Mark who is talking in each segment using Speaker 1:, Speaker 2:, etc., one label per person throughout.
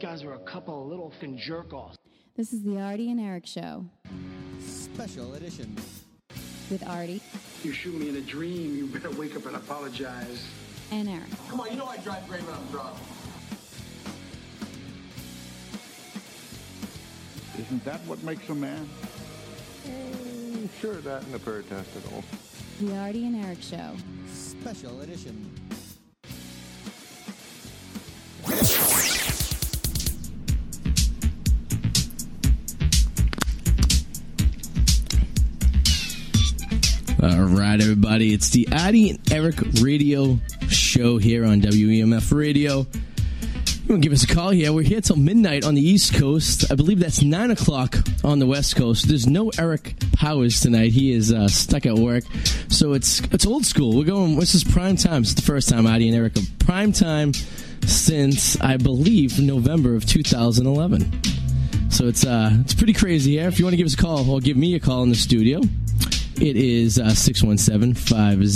Speaker 1: guys are a couple of little fin jerk offs.
Speaker 2: This is the Artie and Eric Show
Speaker 3: Special edition.
Speaker 2: with Artie
Speaker 1: You shoot me in a dream, you better wake up and apologize.
Speaker 2: and Eric.
Speaker 4: Come on, you know I drive great when I'm drunk.
Speaker 5: Isn't that what makes a man? sure, that and a pair of testicles.
Speaker 2: The Artie and Eric Show.
Speaker 3: Special edition.
Speaker 6: All right, everybody. It's the Addy and Eric Radio Show here on WEMF Radio. You want to give us a call here? We're here till midnight on the East Coast. I believe that's 9 o'clock on the West Coast. There's no Eric Powers tonight. He is uh, stuck at work. So it's it's old school. We're going, this is prime time. It's the first time Addy and Eric are prime time since, I believe, November of 2011. So it's uh, it's pretty crazy here. If you want to give us a call or give me a call in the studio, it is uh, 617 500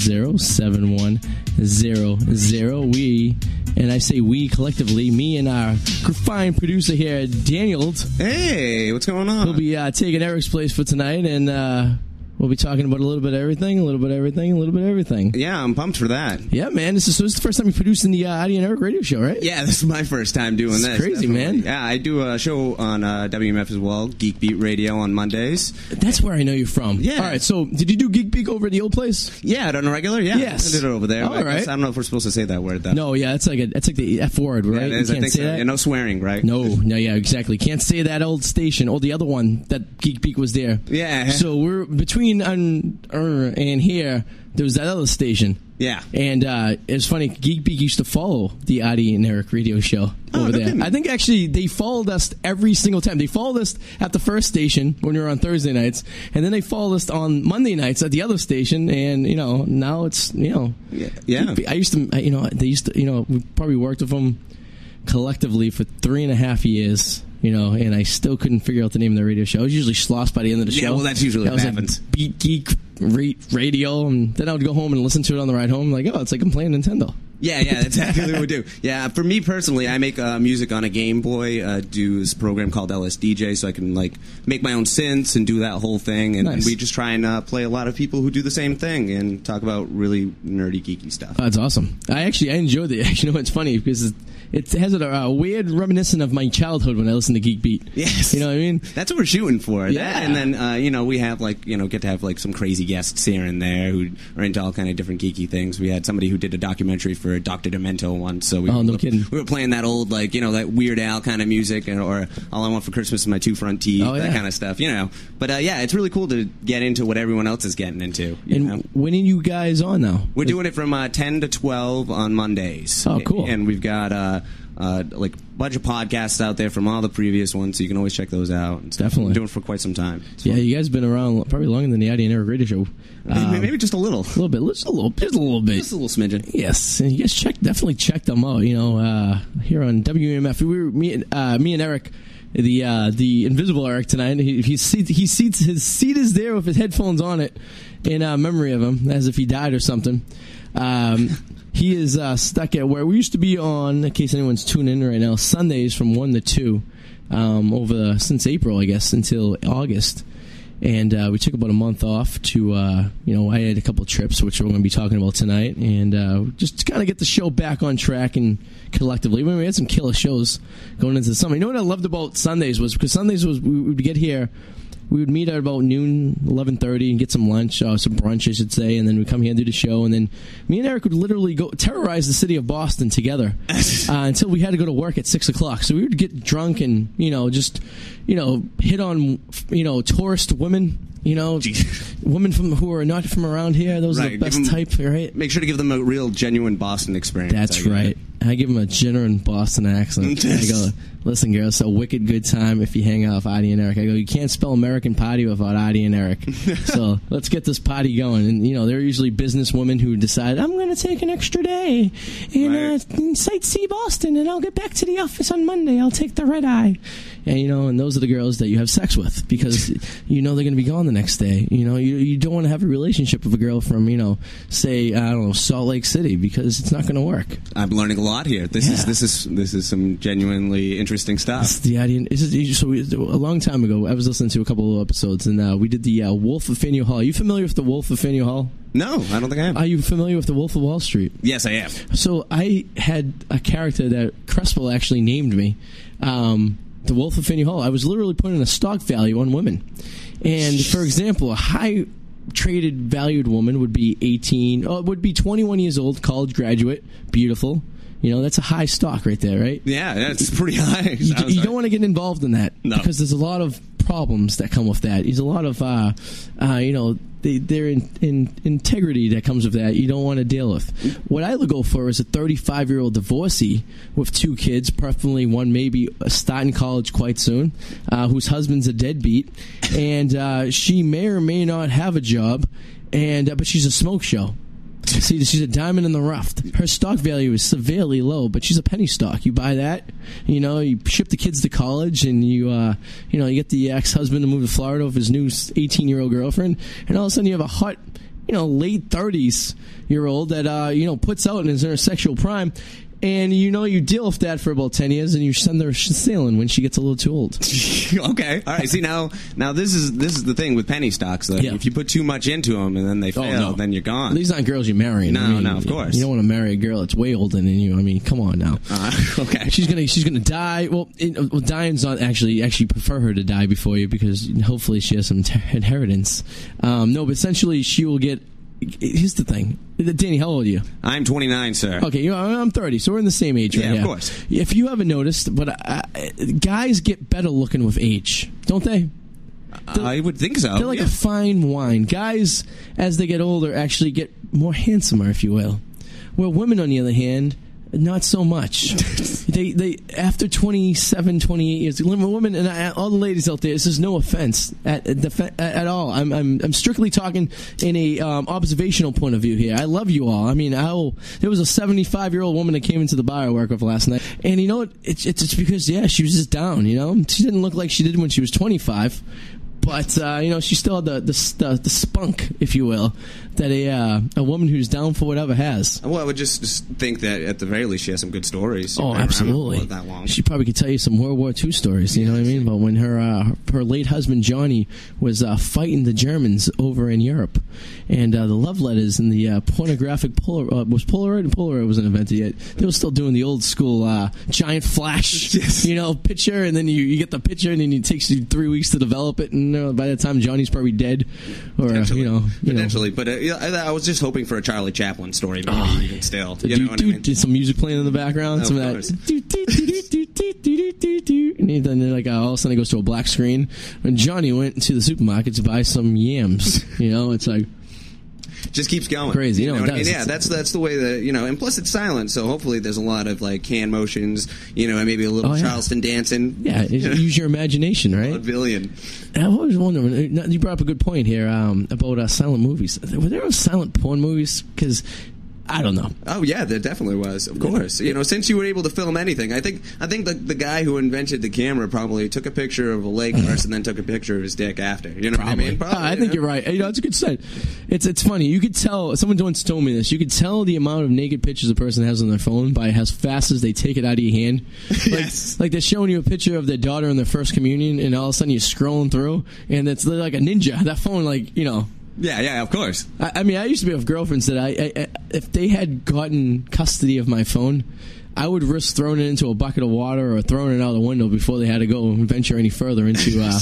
Speaker 6: 7100. We, and I say we collectively, me and our fine producer here, Daniel,
Speaker 7: Hey, what's going on?
Speaker 6: will be uh, taking Eric's place for tonight. And uh, we'll be talking about a little bit of everything, a little bit of everything, a little bit of everything.
Speaker 7: yeah, I'm pumped for that.
Speaker 6: Yeah, man. This is, so this is the first time you're producing the uh, Adi and Eric radio show, right?
Speaker 7: Yeah, this is my first time doing
Speaker 6: It's
Speaker 7: this.
Speaker 6: crazy, man.
Speaker 7: Yeah, I do a show on uh, WMF as well, Geek Beat Radio on Mondays.
Speaker 6: That's where I know you from.
Speaker 7: Yeah.
Speaker 6: All right. So, did you do Geek Beak over at the old place?
Speaker 7: Yeah, on a regular. Yeah,
Speaker 6: Yes.
Speaker 7: I did it over there.
Speaker 6: All
Speaker 7: I guess-
Speaker 6: right.
Speaker 7: I don't know if we're supposed to say that word though.
Speaker 6: No, yeah, that's like a that's like the F word,
Speaker 7: yeah,
Speaker 6: right?
Speaker 7: it is.
Speaker 6: you
Speaker 7: I
Speaker 6: can't
Speaker 7: think
Speaker 6: say
Speaker 7: so.
Speaker 6: that.
Speaker 7: Yeah, no swearing, right?
Speaker 6: no, no, yeah, exactly. Can't say that old station. Oh, the other one that Geek Peak was there.
Speaker 7: Yeah.
Speaker 6: So we're between um, er, and here. There was that other station.
Speaker 7: Yeah.
Speaker 6: And uh, it's funny. Geek Peak used to follow the Adi and Eric radio show
Speaker 7: Oh,
Speaker 6: over
Speaker 7: no
Speaker 6: there.
Speaker 7: kidding.
Speaker 6: I think actually they followed us every single time. They followed us at the first station when we were on Thursday nights, and then they followed us on Monday nights at the other station. And you know now it's you know
Speaker 7: Yeah. yeah.
Speaker 6: I used to, I- you know, they used to, you know, we probably worked with them collectively for three and a half years, you know, and I still couldn't figure out the name of the radio show. I was usually slost by the end of the
Speaker 7: Yeah,
Speaker 6: show.
Speaker 7: well, that's usually
Speaker 6: I
Speaker 7: what
Speaker 6: was like,
Speaker 7: happens.
Speaker 6: Beat Geek ra- Radio, and then I would go home and listen to it on the ride home. Like, oh, it's like I'm playing Nintendo.
Speaker 7: Yeah, yeah, that's exactly what we do. Yeah, for me personally, I make uh, music on a Game Boy. Uh, do this program called LSDJ, so I can like make my own synths and do that whole thing. And,
Speaker 6: Nice.
Speaker 7: we just try and uh, play a lot of people who do the same thing and talk about really nerdy, geeky stuff.
Speaker 6: Oh, that's awesome. I actually I enjoyed it. You know, it's funny because it, it has a, a weird reminiscent of my childhood when I listened to Geek Beat.
Speaker 7: Yes.
Speaker 6: you know what I mean.
Speaker 7: That's what we're shooting for.
Speaker 6: Yeah.
Speaker 7: That, and then uh, you know we have like you know get to have like some crazy guests here and there who are into all kind of different geeky things. We had somebody who did a documentary for Doctor Demento once, so we
Speaker 6: Oh,
Speaker 7: were,
Speaker 6: no kidding.
Speaker 7: we were playing that old like you know that Weird Al kind of music and, or All I Want for Christmas is My Two Front Teeth,
Speaker 6: Oh, yeah.
Speaker 7: that kind of stuff, you know. But uh, yeah, it's really cool to get into what everyone else is getting into. You
Speaker 6: And
Speaker 7: know?
Speaker 6: when are you guys on now?
Speaker 7: We're doing it from uh, 10 to 12 on Mondays.
Speaker 6: Oh, cool.
Speaker 7: And we've got uh, uh, like a bunch of podcasts out there from all the previous ones, so you can always check those out. And stuff.
Speaker 6: Definitely.
Speaker 7: We're doing it for quite some time. It's
Speaker 6: Yeah,
Speaker 7: fun.
Speaker 6: you guys have been around probably longer than the Adi and Eric Radio Show. Um,
Speaker 7: maybe, maybe just a little.
Speaker 6: A little bit, just a little, just a little bit.
Speaker 7: Just a little smidgen.
Speaker 6: Yes, and you guys check definitely check them out. You know, uh, here on WMF, we were me and uh, me and Eric, the uh, the invisible Eric tonight. He, he seats he seats his seat is there with his headphones on it, in uh, memory of him, as if he died or something. Um, he is uh, stuck at where we used to be on. In case anyone's tuning in right now, Sundays from one to two, um, over the, since April, I guess, until August and uh, we took about a month off to uh, you know i had a couple trips which we're going to be talking about tonight and uh, just kind of get the show back on track and collectively I mean, we had some killer shows going into the summer you know what i loved about sundays was because sundays was we would get here we would meet at about noon 11.30 and get some lunch uh, some brunch i should say and then we'd come here and do the show and then me and eric would literally go terrorize the city of boston together uh, until we had to go to work at 6 o'clock so we would get drunk and you know just you know hit on you know tourist women you know women from who are not from around here those are the
Speaker 7: Right, give
Speaker 6: best
Speaker 7: 'em-
Speaker 6: type right
Speaker 7: Make sure to give them a real, genuine Boston experience. I
Speaker 6: that's
Speaker 7: guess.
Speaker 6: right. I give him a genuine Boston accent. I go, listen, girl, it's a wicked good time if you hang out with Adi and Eric. I go, you can't spell American potty without Adi and Eric. so let's get this potty going. And, you know, they're usually businesswomen who decide, I'm going to take an extra day and
Speaker 7: Right.
Speaker 6: uh, sightsee Boston, and I'll get back to the office on Monday. I'll take the red eye. And, you know, and those are the girls that you have sex with because you know they're going to be gone the next day. You know, you, you don't want to have a relationship with a girl from, you know, say, I don't know, Salt Lake City because it's not going to work.
Speaker 7: I'm learning a lot here. This is
Speaker 6: Yeah.
Speaker 7: this is this is some genuinely interesting
Speaker 6: It's
Speaker 7: stuff.
Speaker 6: the idea. It's just, so we, a long time ago, I was listening to a couple of episodes, and uh, we did the uh, Wolf of Faneuil Hall. Are you familiar with the Wolf of Faneuil Hall?
Speaker 7: No, I don't think I am.
Speaker 6: Are you familiar with the Wolf of Wall Street?
Speaker 7: yes, I am.
Speaker 6: So I had a character that Crespel actually named me, um, the Wolf of Faneuil Hall. I was literally putting a stock value on women, and for example, a high traded valued woman would be eighteen, oh, would be twenty one years old, college graduate, beautiful. You know, that's a high stock right there, right?
Speaker 7: Yeah, that's pretty high.
Speaker 6: you, you don't want to get involved in that
Speaker 7: No.
Speaker 6: because there's a lot of problems that come with that. There's a lot of uh, uh, you know they, their in, in, integrity that comes with that. You don't want to deal with. What I would go for is a 35 year old divorcee with two kids, preferably one maybe starting college quite soon, uh, whose husband's a deadbeat, and uh, she may or may not have a job, and uh, but she's a smoke show. See, she's a diamond in the rough. Her stock value is severely low, but she's a penny stock. You buy that, you know, you ship the kids to college, and you, uh, you know, you get the ex-husband to move to Florida with his new 18-year-old girlfriend, and all of a sudden you have a hot, you know, late 30s year old that, uh, you know, puts out in his intersexual prime, and you know you deal with that for about 10 years, and you send her sailing when she gets a little too old.
Speaker 7: okay, all right. See now, now this is this is the thing with penny stocks. Though.
Speaker 6: Yeah. Oh,
Speaker 7: If you put too much into them and then they fail, Oh, then you're gone.
Speaker 6: These aren't girls you're marrying. I
Speaker 7: No,
Speaker 6: mean,
Speaker 7: no, of course.
Speaker 6: You don't want to marry a girl that's way older than you. I mean, come on now.
Speaker 7: Uh, okay.
Speaker 6: she's gonna she's gonna die. Well, it, well, dying's not actually actually prefer her to die before you because hopefully she has some t- inheritance. Um, no, but essentially she will get. Here's the thing, Uh, Danny. How old are you?
Speaker 7: I'm 29, sir.
Speaker 6: Okay, you know, I'm 30, so we're in the same age right
Speaker 7: Yeah, of
Speaker 6: now.
Speaker 7: course.
Speaker 6: If you haven't noticed, but uh, guys get better looking with age, don't they?
Speaker 7: I would think so.
Speaker 6: They're like
Speaker 7: Oh, yeah.
Speaker 6: a fine wine. Guys, as they get older, actually get more handsomer, if you will. Where women, on the other hand, not so much. they, they after 27, 28 years, women and I, all the ladies out there. This is no offense at at, the, fe- at all. I'm, I'm I'm strictly talking in a um, observational point of view here. I love you all. I mean, I will- there was a 75 year old woman that came into the bar I work with last night, and you know what? It's, it's it's because yeah, she was just down. You know, she didn't look like she did when she was 25 but uh, you know she still had the, the the the spunk, if you will, that a uh, a woman who's down for whatever has.
Speaker 7: Well, I would just, just think that at the very least she has some good stories.
Speaker 6: Oh,
Speaker 7: Been around
Speaker 6: absolutely.
Speaker 7: for That long.
Speaker 6: She probably could tell you some World War II stories. You know what I mean? But when her uh, her late husband Johnny was uh, fighting the Germans over in Europe, and uh, the love letters and the uh, pornographic polar uh, was Polaroid and Polaroid wasn't invented yet. They were still doing the old school uh, giant flash, you know, picture, and then you, you get the picture, and then it takes you three weeks to develop it, and uh, by the time Johnny's probably dead, or uh, you know, you know.
Speaker 7: potentially, but uh, yeah, I I was just hoping for a Charlie Chaplin story, maybe
Speaker 6: Ah,
Speaker 7: even still. You
Speaker 6: do,
Speaker 7: know what
Speaker 6: do,
Speaker 7: I mean?
Speaker 6: do, some music playing in the background.
Speaker 7: Of
Speaker 6: some of
Speaker 7: course.
Speaker 6: that. Do, do, do, do, do, do, do, do, do, do. And then they're like, uh, all of a sudden it goes to a black screen. When Johnny went to the supermarket to buy some yams, you know, it's like,
Speaker 7: just keeps going.
Speaker 6: Crazy, you know,
Speaker 7: what
Speaker 6: it
Speaker 7: I mean?
Speaker 6: does.
Speaker 7: Yeah, that's that's the way that you know. And plus, it's silent, so hopefully there's a lot of like hand motions, you know, and maybe a little
Speaker 6: Oh, yeah.
Speaker 7: Charleston dancing.
Speaker 6: yeah, it- use your imagination,
Speaker 7: a
Speaker 6: right?
Speaker 7: billion.
Speaker 6: And I've always wondered. uh, You brought up a good point here um, about uh, silent movies. Were there silent porn movies? Because I don't know.
Speaker 7: Oh yeah, there definitely was. Of course, you know, since you were able to film anything, I think I think the, the guy who invented the camera probably took a picture of a lake first and then took a picture of his dick after. You know what I mean?
Speaker 6: Uh, Uh-huh. I think
Speaker 7: you know?
Speaker 6: you're right. You know, it's a good set. It's it's funny. You could tell someone once told me this. You could tell the amount of naked pictures a person has on their phone by how fast as they take it out of your hand. Like,
Speaker 7: Yes.
Speaker 6: like they're showing you a picture of their daughter in their first communion, and all of a sudden you're scrolling through, and it's like a ninja. That phone, like you know.
Speaker 7: Yeah, yeah, of course.
Speaker 6: I, I mean, I used to be with girlfriends that I, I, I if they had gotten custody of my phone. I would risk throwing it into a bucket of water or throwing it out the window before they had to go and venture any further into uh,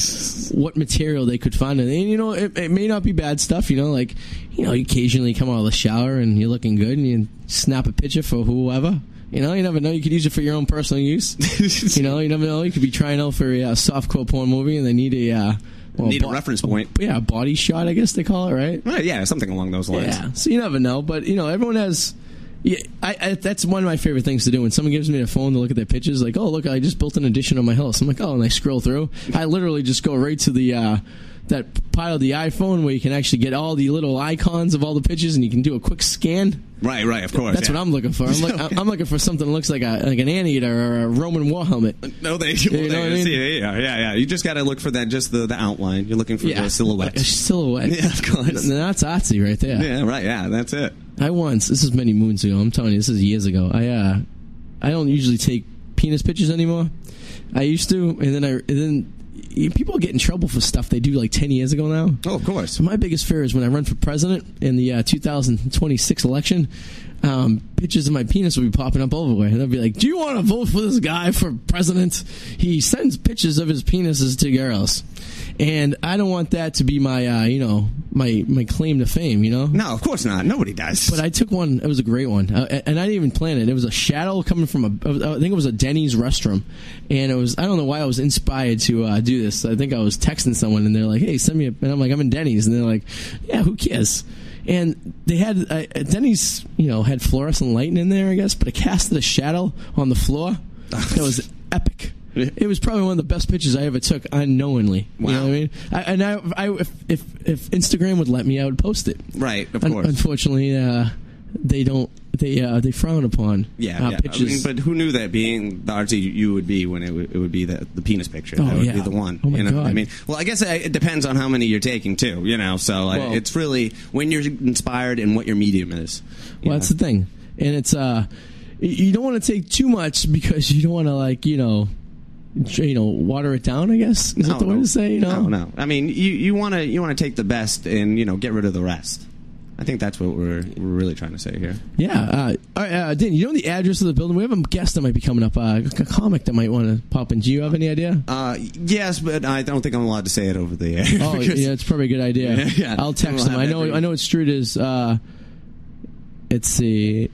Speaker 6: what material they could find. And you know, it, it may not be bad stuff. You know, like you know, you occasionally come out of the shower and you're looking good, and you snap a picture for whoever. You know, you never know. You could use it for your own personal use. you know, you never know. You could be trying out for a uh, softcore porn movie, and they need a uh, well,
Speaker 7: Need a
Speaker 6: bo-
Speaker 7: reference point.
Speaker 6: yeah, a body shot. I guess they call it right.
Speaker 7: Well, yeah, something along those lines.
Speaker 6: Yeah. So you never know, but you know, everyone has. Yeah, I, I, that's one of my favorite things to do. When someone gives me a phone to look at their pictures, like, oh, look, I just built an addition on my house. I'm like, oh, and I scroll through. I literally just go right to the uh, that pile of the iPhone where you can actually get all the little icons of all the pictures, and you can do a quick scan.
Speaker 7: Right, right, of course.
Speaker 6: That's what I'm looking for. I'm, look, I'm- I'm looking for something that looks like a like an anteater or a Roman war helmet.
Speaker 7: No, they.
Speaker 6: You know what I mean?
Speaker 7: see, yeah, yeah, yeah. You just got to look for that, just the, the outline. You're looking for the
Speaker 6: A
Speaker 7: silhouette.
Speaker 6: silhouette.
Speaker 7: Yeah, of course.
Speaker 6: Th- That's artsy right there.
Speaker 7: Yeah, right. Yeah, that's it.
Speaker 6: I once, this is many moons ago, I'm telling you, this is years ago. I, uh, I don't usually take penis pictures anymore. I used to, and then I and then y- people get in trouble for stuff they do like ten years ago now.
Speaker 7: Oh, of course.
Speaker 6: So my biggest fear is when I run for president in the uh, 2026 election, um, pictures of my penis will be popping up everywhere, and they'll be like, "Do you want to vote for this guy for president? He sends pictures of his penises to girls." And I don't want that to be my, uh, you know, my my claim to fame, you know.
Speaker 7: No, of course not. Nobody does.
Speaker 6: But I took one. It was a great one, uh, and I didn't even plan it. It was a shadow coming from a. I think it was a Denny's restaurant, and it was. I don't know why I was inspired to uh, do this. I think I was texting someone, and they're like, "Hey, send me," a, and I'm like, "I'm in Denny's," and they're like, "Yeah, who cares?" And they had uh, Denny's, you know, had fluorescent lighting in there, I guess, but it casted a shadow on the floor. that was epic. It was probably one of the best pictures I ever took unknowingly. You know
Speaker 7: Wow.
Speaker 6: what I mean? I, and I, I, if, if if Instagram would let me, I would post it.
Speaker 7: right, of
Speaker 6: Un-
Speaker 7: course.
Speaker 6: Unfortunately, uh, they don't. They uh, they frown upon
Speaker 7: yeah,
Speaker 6: uh,
Speaker 7: yeah. I mean,
Speaker 6: pictures.
Speaker 7: but who knew that being the artsy you would be when it, w- it would be the, the penis picture?
Speaker 6: Oh,
Speaker 7: that would
Speaker 6: yeah.
Speaker 7: be the one.
Speaker 6: Oh, my
Speaker 7: you know?
Speaker 6: God.
Speaker 7: I mean, well, I guess I, it depends on how many you're taking too. You know, so I,
Speaker 6: Well-
Speaker 7: it's really when you're inspired and what your medium is. you
Speaker 6: well, that's the
Speaker 7: know?
Speaker 6: thing, and it's uh, y- you don't want to take too much because you don't want to like you know, j- you know, water it down. I guess is that the way to say? You know?
Speaker 7: No, no. I mean, you you want to you want to take the best and you know get rid of the rest. I think that's what we're we're really trying to say here.
Speaker 6: Yeah, uh, all right, uh, Dan, you know the address of the building. We have a guest that might be coming up, uh, a comic that might want to pop in. Do you have any idea?
Speaker 7: Uh, yes, but I don't think I'm allowed to say it over the air.
Speaker 6: Oh,
Speaker 7: because-
Speaker 6: yeah, it's probably a good idea.
Speaker 7: Yeah, yeah.
Speaker 6: I'll text
Speaker 7: We'll
Speaker 6: them.
Speaker 7: have
Speaker 6: I know.
Speaker 7: every-
Speaker 6: I know what street is. Uh, let's see.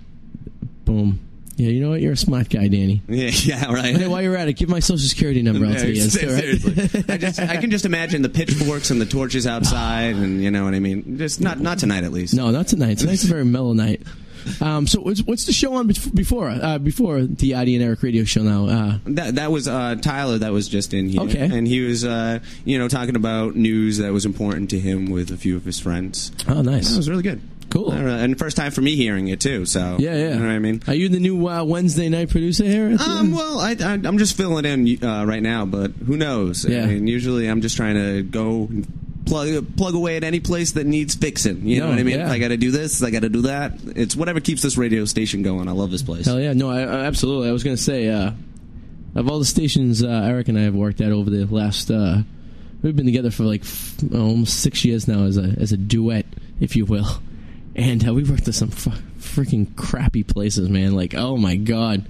Speaker 6: Boom. Yeah, you know what? You're a smart guy, Danny.
Speaker 7: yeah, yeah, right.
Speaker 6: Hey, while you're at it, give my social security number out
Speaker 7: Yeah,
Speaker 6: to you.
Speaker 7: se-
Speaker 6: all right?
Speaker 7: seriously. I just I can just imagine the pitchforks and the torches outside, and you know what I mean. Just not not tonight, at least.
Speaker 6: No, not tonight. Tonight's a very mellow night. Um, so what's, what's the show on bef- before uh, before the Adi and Eric radio show now? Uh,
Speaker 7: That, that was uh, Tyler that was just in here,
Speaker 6: Okay.
Speaker 7: and he was uh, you know talking about news that was important to him with a few of his friends.
Speaker 6: oh,
Speaker 7: That
Speaker 6: nice.
Speaker 7: was really good,
Speaker 6: Cool.
Speaker 7: I don't know, and first time for me hearing it too. So
Speaker 6: Yeah, yeah.
Speaker 7: you know what I mean.
Speaker 6: Are you the new uh, Wednesday night producer here? at the-
Speaker 7: Um, well, I, I, I'm just filling in uh, right now, but who knows?
Speaker 6: Yeah.
Speaker 7: I mean, usually I'm just trying to go plug plug away at any place that needs fixing. You
Speaker 6: No,
Speaker 7: know what I mean?
Speaker 6: yeah.
Speaker 7: I got to do this. I got to do that. It's whatever keeps this radio station going. I love this place.
Speaker 6: Hell yeah! No, I, I- absolutely. I was gonna say, uh, of all the stations uh, Eric and I have worked at over the last, uh, we've been together for like f- almost six years now as a as a duet, if you will, and uh, we worked at some f- freaking crappy places, man. Like, oh my god!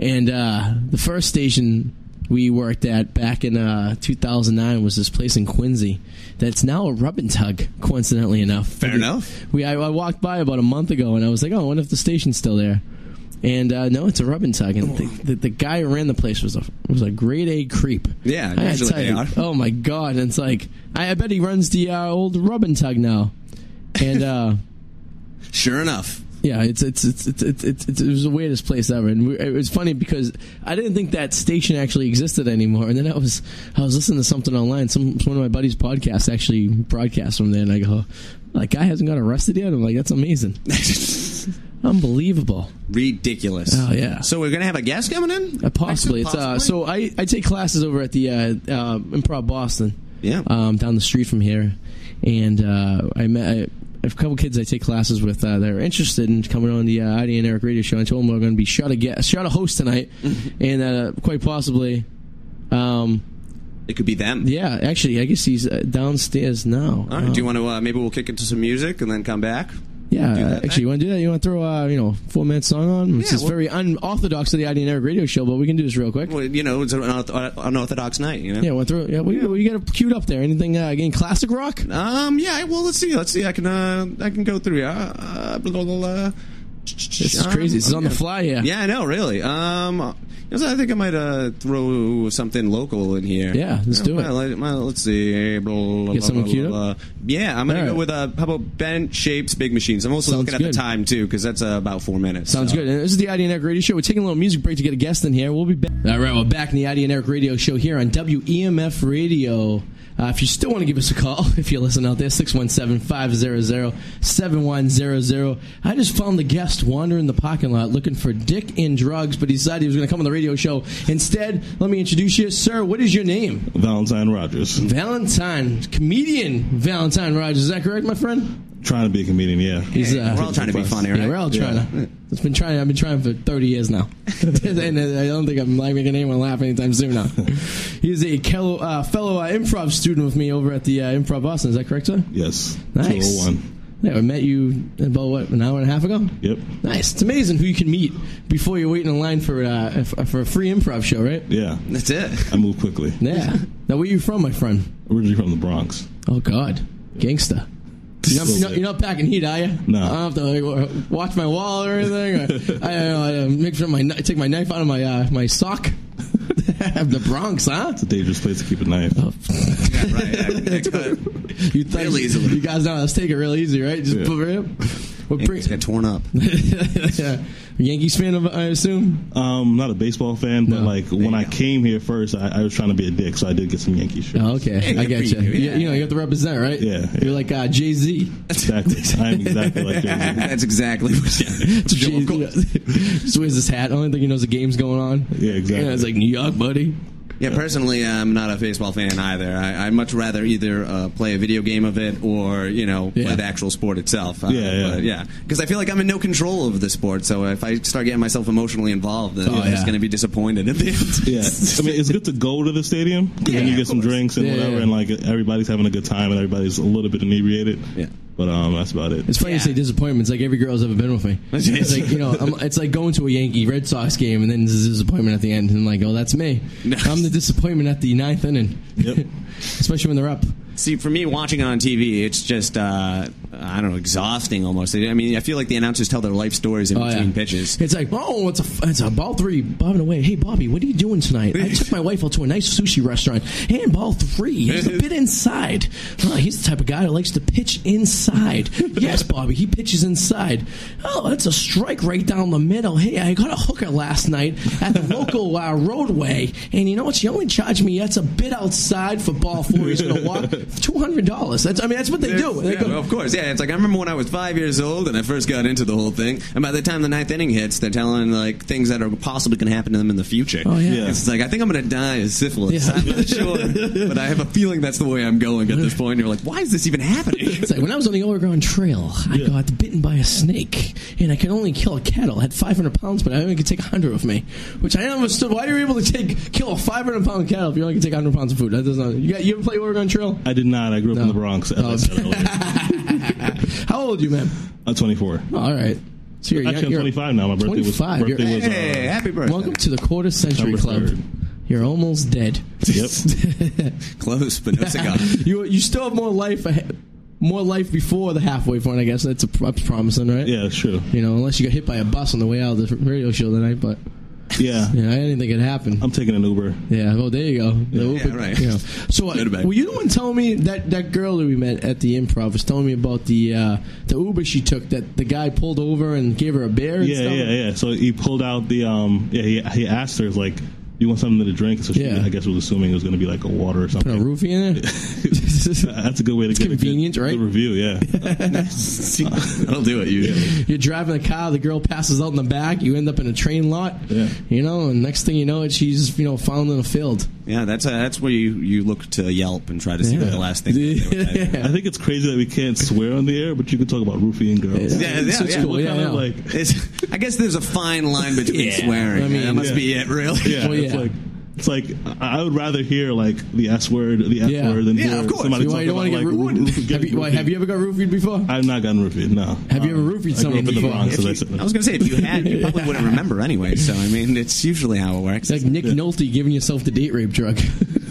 Speaker 6: And uh, the first station we worked at back in uh, 2009 was this place in Quincy that's now a rub and tug, coincidentally enough.
Speaker 7: Fair enough.
Speaker 6: We I, I walked by about a month ago and I was like, oh, I wonder if the station's still there. And uh, no, it's a rub and tug. And the, the, the guy who ran the place was a was a grade A creep.
Speaker 7: Yeah,
Speaker 6: I gotta
Speaker 7: usually
Speaker 6: tell
Speaker 7: they
Speaker 6: you,
Speaker 7: are.
Speaker 6: Oh my god! And it's like I, I bet he runs the uh, old rub and tug now. And uh,
Speaker 7: Sure enough.
Speaker 6: yeah, it's it's it's it's, it's, it's, it's it was the weirdest place ever, and we, it was funny because I didn't think that station actually existed anymore. And then I was I was listening to something online. Some one of my buddies' podcasts actually broadcast from there, and I go, "That guy hasn't got arrested yet." I'm like, "That's amazing, unbelievable."
Speaker 7: Ridiculous.
Speaker 6: Oh, yeah.
Speaker 7: So we're gonna have a guest coming in.
Speaker 6: Uh, possibly.
Speaker 7: Next
Speaker 6: it's
Speaker 7: week?
Speaker 6: uh, so I, I take classes over at the uh, uh, Improv Boston.
Speaker 7: Yeah.
Speaker 6: Um, down the street from here, and uh, I met. I, I have a couple kids I take classes with uh, that are interested in coming on the uh, Adi and Eric radio show. I told them I'm going to be shot a guest, shot a host tonight, and uh, quite possibly, um,
Speaker 7: it could be them.
Speaker 6: yeah. Actually, I guess he's uh, downstairs now.
Speaker 7: All right.
Speaker 6: Um,
Speaker 7: Do you want to? Uh, maybe we'll kick into some music and then come back. do
Speaker 6: Yeah, uh,
Speaker 7: that
Speaker 6: actually,
Speaker 7: thing?
Speaker 6: you want to do that? You want to throw uh, you know four minute song on? Which
Speaker 7: Yeah,
Speaker 6: is
Speaker 7: well-
Speaker 6: very unorthodox to the Adi and Eric radio show, but we can do this real quick.
Speaker 7: Well, you know, it's an unorth- unorthodox night. You know.
Speaker 6: Yeah, went through. Yeah, we, we got it queued up there. Anything uh, again? Classic rock.
Speaker 7: Um. Yeah. Well, let's see. Let's see. I can. Uh, I can go through. Uh, uh, blah, blah, blah. Um,
Speaker 6: This is crazy. This is on the fly. Yeah.
Speaker 7: Yeah, I know. Really. Um. you know, I think I might uh, throw something local in here.
Speaker 6: Yeah, let's do it.
Speaker 7: Well, let- well, let's see. Blah, blah,
Speaker 6: Get
Speaker 7: blah,
Speaker 6: someone
Speaker 7: blah,
Speaker 6: queued
Speaker 7: blah, blah. Yeah, I'm gonna
Speaker 6: All
Speaker 7: go
Speaker 6: right.
Speaker 7: with uh, how about Ben Shapes Big Machines. I'm also
Speaker 6: Sounds
Speaker 7: looking at
Speaker 6: good.
Speaker 7: the time too because that's uh, about four minutes.
Speaker 6: Sounds
Speaker 7: so.
Speaker 6: good. And this is the Adi and Eric Radio Show. We're taking a little music break to get a guest in here. We'll be back. All right, we're back in the Adi and Eric Radio Show here on WEMF Radio. Uh, if you still want to give us a call, if you listen out there, 617-500-7100. I just found the guest wandering the parking lot looking for dick and drugs, but he decided he was going to come on the radio show. Instead, let me introduce you. Sir, what is your name?
Speaker 8: Valentine Rogers.
Speaker 6: Valentine, comedian Valentine Rogers. Is that correct, my friend?
Speaker 8: Trying to be a comedian, yeah.
Speaker 6: He's, uh,
Speaker 7: Hey, we're all trying to be funny, right?
Speaker 6: Yeah, we're all trying to. It's been trying. I've been trying for thirty years now, and uh, I don't think I'm like making anyone laugh anytime soon now. He's a fellow, uh, fellow uh, improv student with me over at the uh, Improv Boston. Is that correct, sir?
Speaker 8: Yes.
Speaker 6: Nice.
Speaker 8: 201.
Speaker 6: Yeah, I met you about what an hour and a half ago.
Speaker 8: Yep.
Speaker 6: Nice. It's amazing who you can meet before you're waiting in line for uh, f- for a free improv show, right?
Speaker 8: Yeah.
Speaker 7: That's it.
Speaker 8: I moved quickly.
Speaker 6: Yeah. now, where you from, my friend?
Speaker 8: Originally from the Bronx.
Speaker 6: Oh God, gangsta. You're not, you're, not, you're not packing heat, are you?
Speaker 8: No.
Speaker 6: I don't have to like, wa- watch my wallet or anything. Or, I, I, I, uh, make sure my kni- I take my knife out of my uh, my sock. the Bronx, huh?
Speaker 8: It's a dangerous place to keep a knife.
Speaker 7: Yeah, right. I, I could.
Speaker 6: You thought
Speaker 7: Real easily.
Speaker 6: you guys know how to take it real easy, right? Just
Speaker 8: Yeah.
Speaker 6: put it up. What
Speaker 7: It's got torn up.
Speaker 6: yeah. Yankees fan, I assume.
Speaker 8: Um, not a baseball fan, but
Speaker 6: No.
Speaker 8: like when I
Speaker 7: go.
Speaker 8: came here first, I, I was trying to be a dick, so I did get some Yankee shirts.
Speaker 6: Oh, okay, I get you.
Speaker 7: for you,
Speaker 6: You,
Speaker 7: yeah.
Speaker 6: you know, you have to represent, right?
Speaker 8: Yeah, yeah.
Speaker 6: You're like uh, Jay Z.
Speaker 8: Exactly. I am exactly like Jay-Z.
Speaker 7: That's exactly what.
Speaker 6: Jay- Just wears his hat. Only thing he knows the game's going on.
Speaker 8: Yeah, exactly.
Speaker 6: it's like New York, buddy.
Speaker 7: Yeah, personally, I'm not a baseball fan either. I, I'd much rather either uh, play a video game of it or you know
Speaker 6: Yeah.
Speaker 7: play the actual sport itself. Uh,
Speaker 8: Yeah, yeah.
Speaker 7: but, yeah. Because I feel like I'm in no control of the sport. So if I start getting myself emotionally involved, then
Speaker 6: Oh,
Speaker 7: I'm
Speaker 6: yeah.
Speaker 7: just going to be disappointed at the end.
Speaker 8: Yeah, I mean it's good to go to the stadium 'cause then
Speaker 7: Yeah,
Speaker 8: you get
Speaker 7: of
Speaker 8: some
Speaker 7: course.
Speaker 8: drinks and
Speaker 6: Yeah,
Speaker 8: whatever,
Speaker 6: yeah.
Speaker 8: and like everybody's having a good time and everybody's a little bit inebriated.
Speaker 7: Yeah.
Speaker 8: but um, that's about it.
Speaker 6: It's funny you
Speaker 7: Yeah.
Speaker 6: say disappointments. Like every girl's ever been with me. It's like you know, I'm, it's like going to a Yankee Red Sox game and then there's a disappointment at the end, and I'm like, oh, that's me. I'm the disappointment at the ninth inning,
Speaker 8: Yep.
Speaker 6: especially when they're up.
Speaker 7: See, for me, watching it on TV, it's just uh, I don't know, exhausting almost. I mean, I feel like the announcers tell their life stories in
Speaker 6: Oh,
Speaker 7: between
Speaker 6: yeah.
Speaker 7: pitches.
Speaker 6: It's like, oh, it's a, it's a ball three bobbing away. Hey, Bobby, what are you doing tonight? I took my wife out to a nice sushi restaurant. And ball three, he's a bit inside. Oh, he's the type of guy that likes to pitch inside. Yes, Bobby, he pitches inside. Oh, that's a strike right down the middle. Hey, I got a hooker last night at the local uh, roadway. And you know what? She only charged me, that's a bit outside for ball four. He's going to walk $200. That's, I mean, that's what they do. They
Speaker 7: Yeah,
Speaker 6: go,
Speaker 7: of course, yeah. It's like I remember when I was five years old and I first got into the whole thing. And by the time the ninth inning hits, they're telling like things that are possibly going to happen to them in the future.
Speaker 6: Oh, yeah.
Speaker 8: Yeah.
Speaker 7: It's like I think I'm going to die of syphilis.
Speaker 6: Yeah.
Speaker 7: I'm not sure, but I have a feeling that's the way I'm going at this point. You're like, why is this even happening?
Speaker 6: It's like when I was on the Oregon Trail, I
Speaker 8: Yeah.
Speaker 6: got bitten by a snake, and I could only kill a cattle. I had 500 pounds, but I only could take 100 with me, which I never understood. Why are you able to take kill a 500 pound cattle if you only can take 100 pounds of food? That doesn't. You, got, you ever play Oregon Trail?
Speaker 8: I did not. I grew up in
Speaker 6: No.
Speaker 8: the Bronx. As
Speaker 6: Oh.
Speaker 8: I said earlier.
Speaker 6: How old are you, man?
Speaker 8: I'm 24.
Speaker 6: Oh, all right. So you're,
Speaker 8: Actually, I'm
Speaker 6: you're
Speaker 8: 25 now. My birthday
Speaker 6: 25,
Speaker 8: was
Speaker 6: you're-
Speaker 8: birthday was. Uh,
Speaker 7: hey, happy birthday!
Speaker 6: Welcome to the quarter century
Speaker 8: September
Speaker 6: club.
Speaker 8: third.
Speaker 6: You're almost dead.
Speaker 8: Yep.
Speaker 7: Close, but no cigar.
Speaker 6: you you still have more life ahead, more life before the halfway point. I guess that's, a, that's promising, right?
Speaker 8: Yeah, it's true.
Speaker 6: You know, unless you got hit by a bus on the way out of the radio show tonight, but.
Speaker 8: Yeah.
Speaker 6: Yeah, I didn't think it happened.
Speaker 8: I'm taking an Uber.
Speaker 6: yeah, well, there you go. The Uber-
Speaker 7: right.
Speaker 6: you know. So, uh,
Speaker 7: Go to bed.
Speaker 6: were you the one telling me that that girl that we met at the improv was telling me about the uh, the Uber she took that the guy pulled over and gave her a beer? And
Speaker 8: Yeah,
Speaker 6: stuff?
Speaker 8: yeah, yeah. So he pulled out the um. Yeah, he, he asked her like, "Do you want something to drink?" So she,
Speaker 6: Yeah.
Speaker 8: I guess, was assuming it was going to be like a water or something.
Speaker 6: Put a roofie in there.
Speaker 8: That's a good way to get
Speaker 6: convenient,
Speaker 8: a good,
Speaker 6: right?
Speaker 8: Good review, yeah.
Speaker 7: I'll do it usually.
Speaker 6: You're driving a car, the girl passes out in the back, you end up in a train lot.
Speaker 8: Yeah.
Speaker 6: You know, and next thing you know, it she's you know found in a field.
Speaker 7: Yeah, that's uh, that's where you, you look to Yelp and try to see what the last thing. They were typing.
Speaker 8: I think it's crazy that we can't swear on the air, but you can talk about roofing girls.
Speaker 7: Yeah, yeah,
Speaker 6: So it's
Speaker 7: yeah.
Speaker 6: cool,
Speaker 8: What
Speaker 6: yeah,
Speaker 8: kind of
Speaker 6: yeah.
Speaker 8: like?
Speaker 7: It's, I guess there's a fine line between swearing.
Speaker 6: I mean,
Speaker 7: that must
Speaker 8: yeah.
Speaker 7: be it, really.
Speaker 8: Yeah,
Speaker 6: Well,
Speaker 8: it's
Speaker 6: yeah.
Speaker 8: like it's like I I would rather hear like the S word, the F
Speaker 6: Yeah.
Speaker 8: word, than
Speaker 7: Yeah,
Speaker 8: hear
Speaker 7: of course.
Speaker 8: somebody
Speaker 6: You, want-
Speaker 8: talk
Speaker 6: you don't
Speaker 8: about
Speaker 6: want to
Speaker 8: like
Speaker 6: get roofied?
Speaker 8: roofied.
Speaker 6: Have you, why, have you ever got roofied before?
Speaker 8: I've not gotten roofied. No. Um,
Speaker 6: Have you ever roofied
Speaker 8: I grew up
Speaker 6: someone
Speaker 8: in the
Speaker 6: before?
Speaker 8: Bronx, so
Speaker 7: If
Speaker 8: that's
Speaker 7: you- I was going to say, if you had, you probably wouldn't remember anyway. So, I mean, it's usually how it works.
Speaker 6: It's like Nick Nolte giving yourself the date rape drug.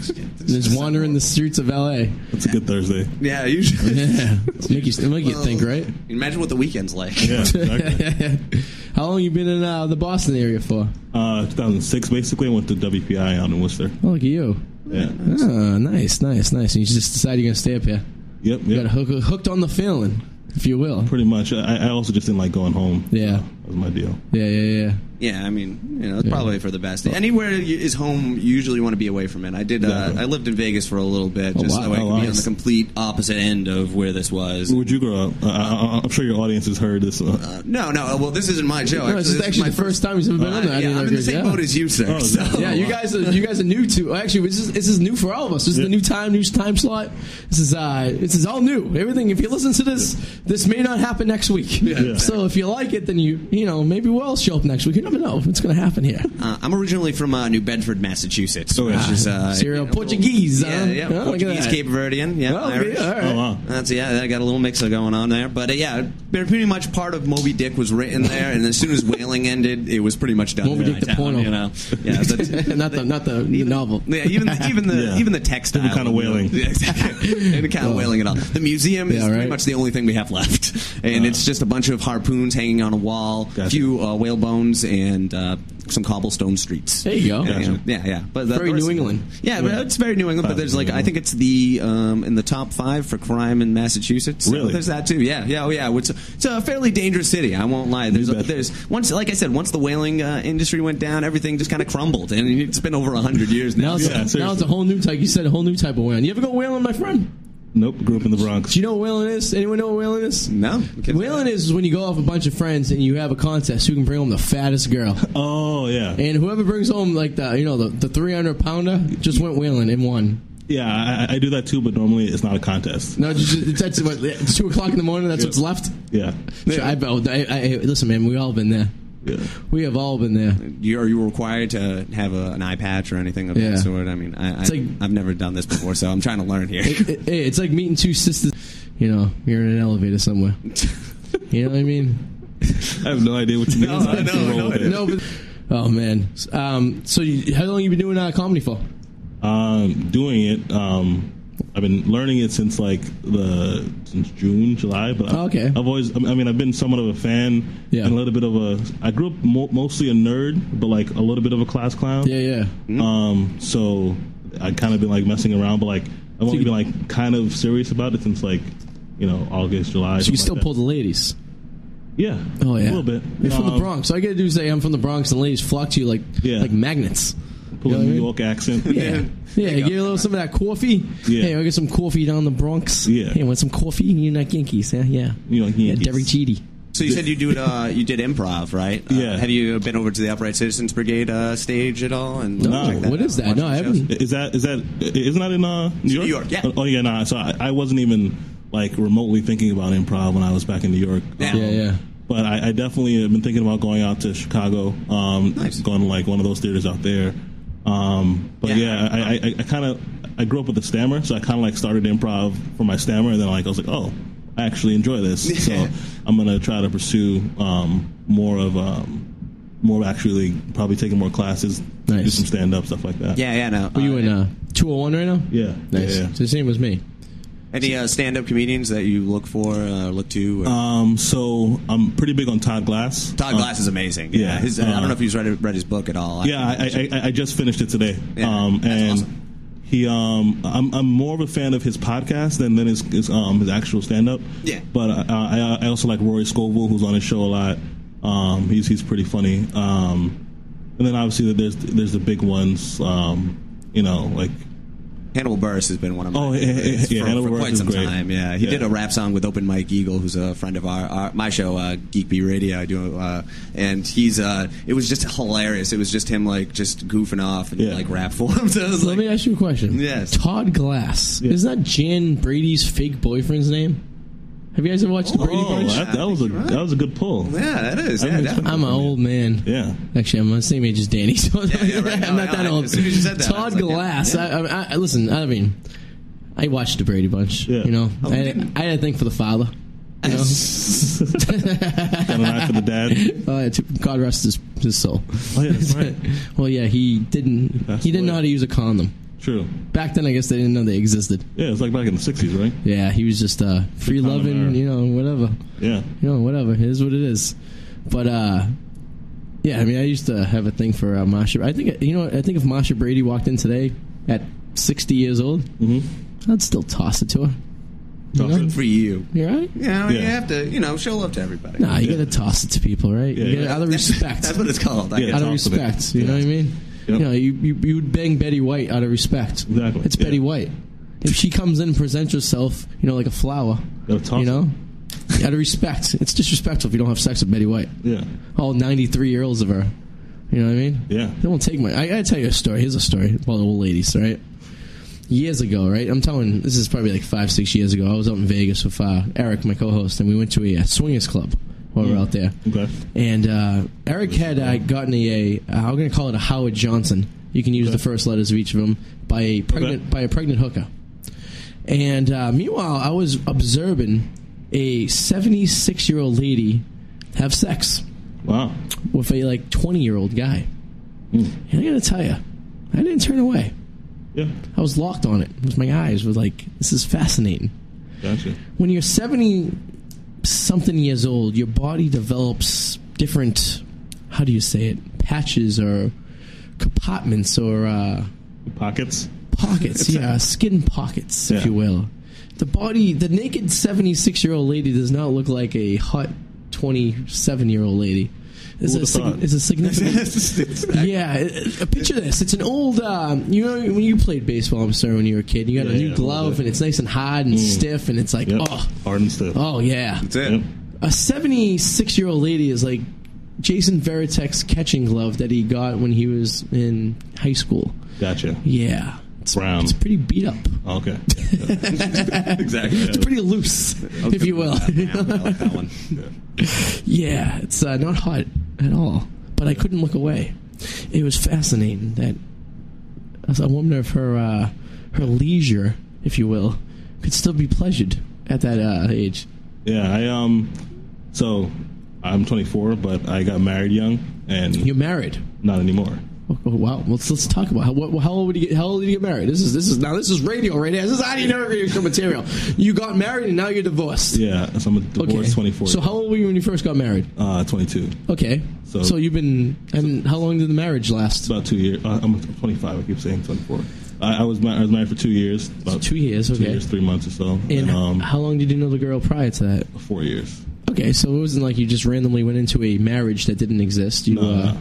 Speaker 6: Just wandering the streets of LA.
Speaker 8: It's a good Thursday.
Speaker 7: yeah, usually.
Speaker 6: Yeah. Make you, make you think, right?
Speaker 7: Imagine what the weekend's like.
Speaker 8: Yeah, exactly.
Speaker 6: How long you been in uh, the Boston area for?
Speaker 8: uh, 2006, basically, I went to WPI out in Worcester.
Speaker 6: Oh, look at you.
Speaker 8: Yeah.
Speaker 6: Ah, nice, nice, nice. And you just decide you're going to stay up here.
Speaker 8: Yep.
Speaker 6: You got
Speaker 8: yep.
Speaker 6: hook, hooked on the feeling, if you will.
Speaker 8: Pretty much. I, I also just didn't like going home.
Speaker 6: Yeah.
Speaker 8: That was my deal.
Speaker 6: Yeah, yeah, yeah.
Speaker 7: Yeah, I mean, you know, it's probably for the best. Anywhere you- is home. You usually want to be away from it. I did. Uh,
Speaker 8: Exactly.
Speaker 7: I lived in Vegas for a little bit,
Speaker 8: Oh,
Speaker 7: just
Speaker 8: wow.
Speaker 7: so I could
Speaker 8: Oh,
Speaker 7: be
Speaker 8: nice.
Speaker 7: on the complete opposite end of where this was.
Speaker 8: Where'd you grow up? Uh, I, I, I'm sure your audience has heard this. Uh,
Speaker 7: No, no. Well, this isn't my show.
Speaker 6: No, this is actually
Speaker 7: my Uh,
Speaker 6: the first time he's ever been on
Speaker 7: Yeah,
Speaker 6: that.
Speaker 7: I'm in the same boat as you, sir.
Speaker 8: Oh,
Speaker 7: so.
Speaker 6: Yeah, you guys are you guys are new to actually this is this is new for all of us. This is the new time, new time slot. This is uh this is all new. Everything if you listen to this, this may not happen next week.
Speaker 8: Yeah.
Speaker 6: So if you like it then you you know, maybe we'll show up next week. You never know what's gonna happen here.
Speaker 7: Uh, I'm originally from uh, New Bedford, Massachusetts,
Speaker 8: Oh, yeah.
Speaker 7: which is uh,
Speaker 6: Serial
Speaker 7: you know,
Speaker 6: Portuguese,
Speaker 7: Yeah,
Speaker 6: huh?
Speaker 7: yeah,
Speaker 6: Oh, look at
Speaker 7: Portuguese,
Speaker 6: that.
Speaker 7: Cape Verdean, yeah,
Speaker 6: Well,
Speaker 7: Irish.
Speaker 6: yeah, all right.
Speaker 8: oh wow.
Speaker 7: That's yeah. I got a little mixer going on there, but uh, yeah, they're pretty much part of Moby Dick was written there, and as soon as whaling ended, it was pretty much done.
Speaker 6: Moby
Speaker 7: in
Speaker 6: Dick the
Speaker 7: my town,
Speaker 6: porno.
Speaker 7: you know. Yeah, but-
Speaker 6: not the not the, the novel.
Speaker 7: Yeah, even the, even the
Speaker 8: Yeah.
Speaker 7: even the textile,
Speaker 8: Different kind of whaling.
Speaker 7: Yeah, exactly. Any kind of whaling at all. The museum is
Speaker 6: Yeah, right. Uh.
Speaker 7: pretty much the only thing we have left, and it's just a bunch of harpoons hanging on a wall, a
Speaker 8: Gotcha.
Speaker 7: few uh, whale bones, and uh, some cobblestone streets.
Speaker 6: There you go.
Speaker 7: Yeah, yeah, yeah, yeah. But the-
Speaker 6: Very
Speaker 7: the rest-
Speaker 6: New England.
Speaker 7: Yeah, but it's very New England. But there's like I think it's the um, in the top five for crime in Massachusetts. So
Speaker 8: Really?
Speaker 7: there's that too. Yeah, yeah, oh yeah. It's, it's a fairly dangerous city. I won't lie. There's
Speaker 8: bet.
Speaker 7: there's once like I said, once the whaling uh, industry went down, everything just kind of crumbled, and it's been over hundred years now.
Speaker 6: Now it's,
Speaker 8: Yeah,
Speaker 6: now it's
Speaker 8: seriously.
Speaker 6: a whole new type. You said a whole new type of whaling. You ever go whaling, my friend?
Speaker 8: Nope. Grew up in the Bronx.
Speaker 6: Do you know what whaling is? Anyone know what whaling is?
Speaker 7: No,
Speaker 6: Whaling is when you go off with a bunch of friends and you have a contest who can bring home the fattest girl.
Speaker 8: Oh yeah.
Speaker 6: And whoever brings home like the you know the, the three hundred pounder just went whaling and won.
Speaker 8: Yeah, I, I- I do that too, but normally it's not a contest.
Speaker 6: No, just, just- that's what it's two o'clock in the morning. That's what's left.
Speaker 8: Yeah.
Speaker 6: Sure, I, bet- I, I, I- listen, man, we all been there.
Speaker 8: Yeah.
Speaker 6: We have all been there.
Speaker 7: Uh, You, are you required to have a, an eye patch or anything of
Speaker 6: Yeah.
Speaker 7: that sort? I mean, I, I,
Speaker 6: It's like-
Speaker 7: I've never done this before, so I'm trying to learn here.
Speaker 6: It- it- it's like meeting two sisters. You know, you're in an elevator somewhere. You know what I mean?
Speaker 8: I have no idea what you mean.
Speaker 7: No, I know, I know.
Speaker 6: No, but oh man. Um, so you, how long you been doing uh, comedy for?
Speaker 8: Um, doing it. Um, I've been learning it since like the since June, July. But I-
Speaker 6: Oh, okay.
Speaker 8: I've always. I mean, I've been somewhat of a fan.
Speaker 6: Yeah.
Speaker 8: And a little bit of a. I grew up mo- mostly a nerd, but like a little bit of a class clown.
Speaker 6: Yeah, yeah.
Speaker 8: Um, so I kind of been like messing around, but like I've only been like kind of serious about it since like you know August, July.
Speaker 6: So you
Speaker 8: something
Speaker 6: still
Speaker 8: like that.
Speaker 6: pull the ladies.
Speaker 8: Yeah.
Speaker 6: Oh yeah,
Speaker 8: A little bit.
Speaker 6: You're from the
Speaker 8: Um,
Speaker 6: Bronx. So I gotta do is say I'm from the Bronx, and ladies flock to you like
Speaker 8: Yeah.
Speaker 6: like magnets.
Speaker 8: Pull
Speaker 6: You know
Speaker 8: a
Speaker 6: what I
Speaker 8: New
Speaker 6: mean?
Speaker 8: York accent.
Speaker 6: Yeah, yeah. Give you a little some of that coffee.
Speaker 8: Yeah.
Speaker 6: Hey, I get some coffee down in the Bronx.
Speaker 8: Yeah.
Speaker 6: Hey, want some coffee? You're not Yankees, huh? Yeah.
Speaker 8: New York
Speaker 6: Yeah,
Speaker 8: Yankees.
Speaker 6: Derek Cheaty.
Speaker 7: so you said you do it, uh, you did improv, right? Uh,
Speaker 8: Yeah.
Speaker 7: have you been over to the Upright Citizens Brigade uh, stage at all? And
Speaker 6: No,
Speaker 7: check
Speaker 6: what
Speaker 7: out,
Speaker 6: is that? No,
Speaker 7: watch
Speaker 6: I
Speaker 7: the shows?
Speaker 6: haven't.
Speaker 8: Is that is that isn't that in uh, New York?
Speaker 7: New York, yeah.
Speaker 8: Oh, Oh yeah, nah. So I, I wasn't even like remotely thinking about improv when I was back in New York. Um,
Speaker 7: Yeah.
Speaker 6: Yeah, yeah.
Speaker 8: But I, I definitely have been thinking about going out to Chicago. Um,
Speaker 7: Nice.
Speaker 8: Going to like one of those theaters out there. Um, but
Speaker 7: Yeah.
Speaker 8: yeah, I, I, I kind of I grew up with a stammer, so I kind of like started improv for my stammer, and then like I was like, oh, I actually enjoy this, so I'm gonna try to pursue um, more of um, more actually probably taking more classes, do
Speaker 6: Nice.
Speaker 8: some stand up stuff like that.
Speaker 7: Yeah, yeah, no.
Speaker 6: Are you
Speaker 7: uh,
Speaker 6: in uh, 201 right now?
Speaker 8: Yeah.
Speaker 6: Nice.
Speaker 8: Yeah, yeah.
Speaker 6: So the same as me.
Speaker 7: any uh, stand-up comedians that you look for, uh, look to? Or?
Speaker 8: Um, so I'm pretty big on Todd Glass.
Speaker 7: Todd
Speaker 8: Uh,
Speaker 7: Glass is amazing. Yeah,
Speaker 8: yeah,
Speaker 7: his, I don't
Speaker 8: uh,
Speaker 7: know if he's read, read his book at all.
Speaker 8: yeah, I, I, I, I just finished it today.
Speaker 7: Yeah,
Speaker 8: um,
Speaker 7: that's
Speaker 8: and
Speaker 7: awesome.
Speaker 8: he, um, I'm, I'm more of a fan of his podcast than than his his, um, his actual stand up.
Speaker 7: Yeah.
Speaker 8: but uh, I, I also like Rory Scovel, who's on his show a lot. Um, he's he's pretty funny. Um, and then obviously there's there's the big ones. Um, you know, like
Speaker 7: Hannibal Burris has been one of my
Speaker 8: Oh, yeah, yeah,
Speaker 7: favorites
Speaker 8: yeah,
Speaker 7: for,
Speaker 8: Hannibal
Speaker 7: for
Speaker 8: Buress
Speaker 7: quite
Speaker 8: is
Speaker 7: some
Speaker 8: great.
Speaker 7: time. Yeah, he
Speaker 8: Yeah.
Speaker 7: did a rap song with Open Mike Eagle, who's a friend of our, our my show, uh, Geek Bee Radio. I do, uh, and he's uh, it was just hilarious. It was just him like just goofing off and
Speaker 8: Yeah.
Speaker 7: like rap forms. I was
Speaker 6: Let me
Speaker 7: like,
Speaker 6: ask you a question.
Speaker 7: Yes.
Speaker 6: Todd Glass. Is that Jan Brady's fake boyfriend's name? Have you guys ever watched the Brady
Speaker 8: oh,
Speaker 6: Bunch?
Speaker 8: that, that was a that was a good pull.
Speaker 7: yeah, that is. Yeah,
Speaker 8: I'm
Speaker 7: that-
Speaker 6: I'm an old man.
Speaker 8: Oh, Yeah.
Speaker 6: Actually, I'm the same age as Danny, so
Speaker 7: yeah, right.
Speaker 6: I'm not
Speaker 7: No,
Speaker 6: that
Speaker 7: no,
Speaker 6: old.
Speaker 7: as soon as you said that, I
Speaker 6: Todd
Speaker 7: was like, yeah,
Speaker 6: Glass.
Speaker 7: yeah.
Speaker 6: I, I, I listen. I mean, I watched the Brady Bunch.
Speaker 8: Yeah.
Speaker 6: You know,
Speaker 7: Oh,
Speaker 6: I,
Speaker 7: you
Speaker 6: had,
Speaker 7: didn't?
Speaker 6: I had a thing for the father. You know,
Speaker 8: Got an eye for the dad.
Speaker 6: uh, to, God rest his, his soul.
Speaker 8: Oh yeah, that's right.
Speaker 6: well, yeah, he didn't.
Speaker 8: Passed
Speaker 6: he didn't know
Speaker 8: away.
Speaker 6: how to use a condom.
Speaker 8: True.
Speaker 6: Back then, I guess they didn't know they existed.
Speaker 8: Yeah, it's like back in the '60s, right?
Speaker 6: Yeah, he was just uh, free
Speaker 8: condom
Speaker 6: loving,
Speaker 8: era.
Speaker 6: you know, whatever.
Speaker 8: Yeah.
Speaker 6: you know, whatever. It is what it is. But uh, yeah, I mean, I used to have a thing for uh, Masha. I think you know. I think if Masha Brady walked in today at sixty years old,
Speaker 8: hmm
Speaker 6: I'd still toss it to her.
Speaker 8: Toss it.
Speaker 7: for you.
Speaker 6: You all right?
Speaker 7: You know, you
Speaker 8: Yeah.
Speaker 7: have to, you know, show love to everybody.
Speaker 6: Nah, you gotta toss it to people, right?
Speaker 8: Yeah,
Speaker 6: you gotta,
Speaker 8: yeah.
Speaker 6: out of respect.
Speaker 7: That's what it's called. I
Speaker 8: Yeah.
Speaker 7: guess.
Speaker 6: out of
Speaker 8: toss it.
Speaker 6: respect. You know what I mean?
Speaker 8: Yep.
Speaker 6: You know, you, you you would bang Betty White out of respect.
Speaker 8: Exactly,
Speaker 6: It's Betty
Speaker 8: yeah.
Speaker 6: White. If she comes in and presents herself, you know, like a flower,
Speaker 8: Gotta toss
Speaker 6: you know,
Speaker 8: it.
Speaker 6: out of respect. It's disrespectful if you don't have sex with Betty White.
Speaker 8: Yeah.
Speaker 6: All ninety-three year olds of her. You know what I mean?
Speaker 8: Yeah.
Speaker 6: They won't take my. I gotta tell you a story. Here's a story about the old ladies, all right? Years ago, right? I'm telling. This is probably like five, six years ago. I was out in Vegas with uh, Eric, my co-host, and we went to a uh, swingers club while we were out there.
Speaker 8: Okay.
Speaker 6: And uh, Eric had uh, gotten a, a I'm going to call it a Howard Johnson. You can use the first letters of each of them by a pregnant
Speaker 8: Okay.
Speaker 6: by a pregnant hooker. And uh, meanwhile, I was observing a 76 year old lady have sex
Speaker 8: Wow.
Speaker 6: with a like 20 year old guy.
Speaker 8: Hmm.
Speaker 6: And I got to tell you, I didn't turn away.
Speaker 8: Yeah.
Speaker 6: I was locked on it. With my eyes was like, this is fascinating
Speaker 8: Gotcha.
Speaker 6: when you're 70 something years old, your body develops different, how do you say it, patches or compartments or uh,
Speaker 8: Pockets.
Speaker 6: pockets, yeah, skin pockets, if
Speaker 8: Yeah.
Speaker 6: you will. The body, the naked 76 year old lady does not look like a hot 27 year old lady. It's
Speaker 8: Who
Speaker 6: a,
Speaker 8: would've
Speaker 6: sig-
Speaker 8: thought?
Speaker 6: it's a significant
Speaker 7: Exactly.
Speaker 6: yeah, uh, uh, picture this. It's an old, um, you know, when you played baseball, I'm sorry, when you were a kid, you got
Speaker 8: Yeah,
Speaker 6: a new
Speaker 8: yeah, a little
Speaker 6: glove
Speaker 8: bit.
Speaker 6: and it's nice and hard and stiff, and it's like,
Speaker 8: Mm. Yep.
Speaker 6: oh,
Speaker 8: Hard and stiff.
Speaker 6: oh yeah.
Speaker 7: That's it.
Speaker 8: Yep.
Speaker 6: A 76 year old lady is like Jason Veritek's catching glove that he got when he was in high school.
Speaker 8: Gotcha.
Speaker 6: Yeah, it's,
Speaker 8: Brown.
Speaker 6: it's pretty beat up.
Speaker 8: Okay.
Speaker 7: Exactly.
Speaker 6: It's pretty loose, if you will.
Speaker 7: that one.
Speaker 6: yeah, it's uh, not hot at all. But I couldn't look away. It was fascinating that a woman of her uh, her leisure, if you will, could still be pleasured at that uh, age.
Speaker 8: Yeah. I um. So, I'm 24, but I got married young, and
Speaker 6: You're married.
Speaker 8: not anymore.
Speaker 6: Oh, oh, wow. Let's let's talk about how, what, how old did you get? How old did you get married? This is this is now this is radio right here. This is audio network material. You got married and now you're divorced.
Speaker 8: Yeah. So I'm a divorced 24.
Speaker 6: So how old were you when you first got married?
Speaker 8: Uh, 22.
Speaker 6: Okay. So,
Speaker 8: So-
Speaker 6: you've been and how long did the marriage last?
Speaker 8: It's about two years. Uh, I'm 25. I keep saying 24. I, I was ma- I was married for two years. About
Speaker 6: Two years.
Speaker 8: two
Speaker 6: Okay.
Speaker 8: years, three months or so, and,
Speaker 6: and
Speaker 8: um,
Speaker 6: how long did you know the girl prior to that?
Speaker 8: four years.
Speaker 6: Okay, so it wasn't like you just randomly went into a marriage that didn't exist. You
Speaker 8: No,
Speaker 6: uh,
Speaker 8: no.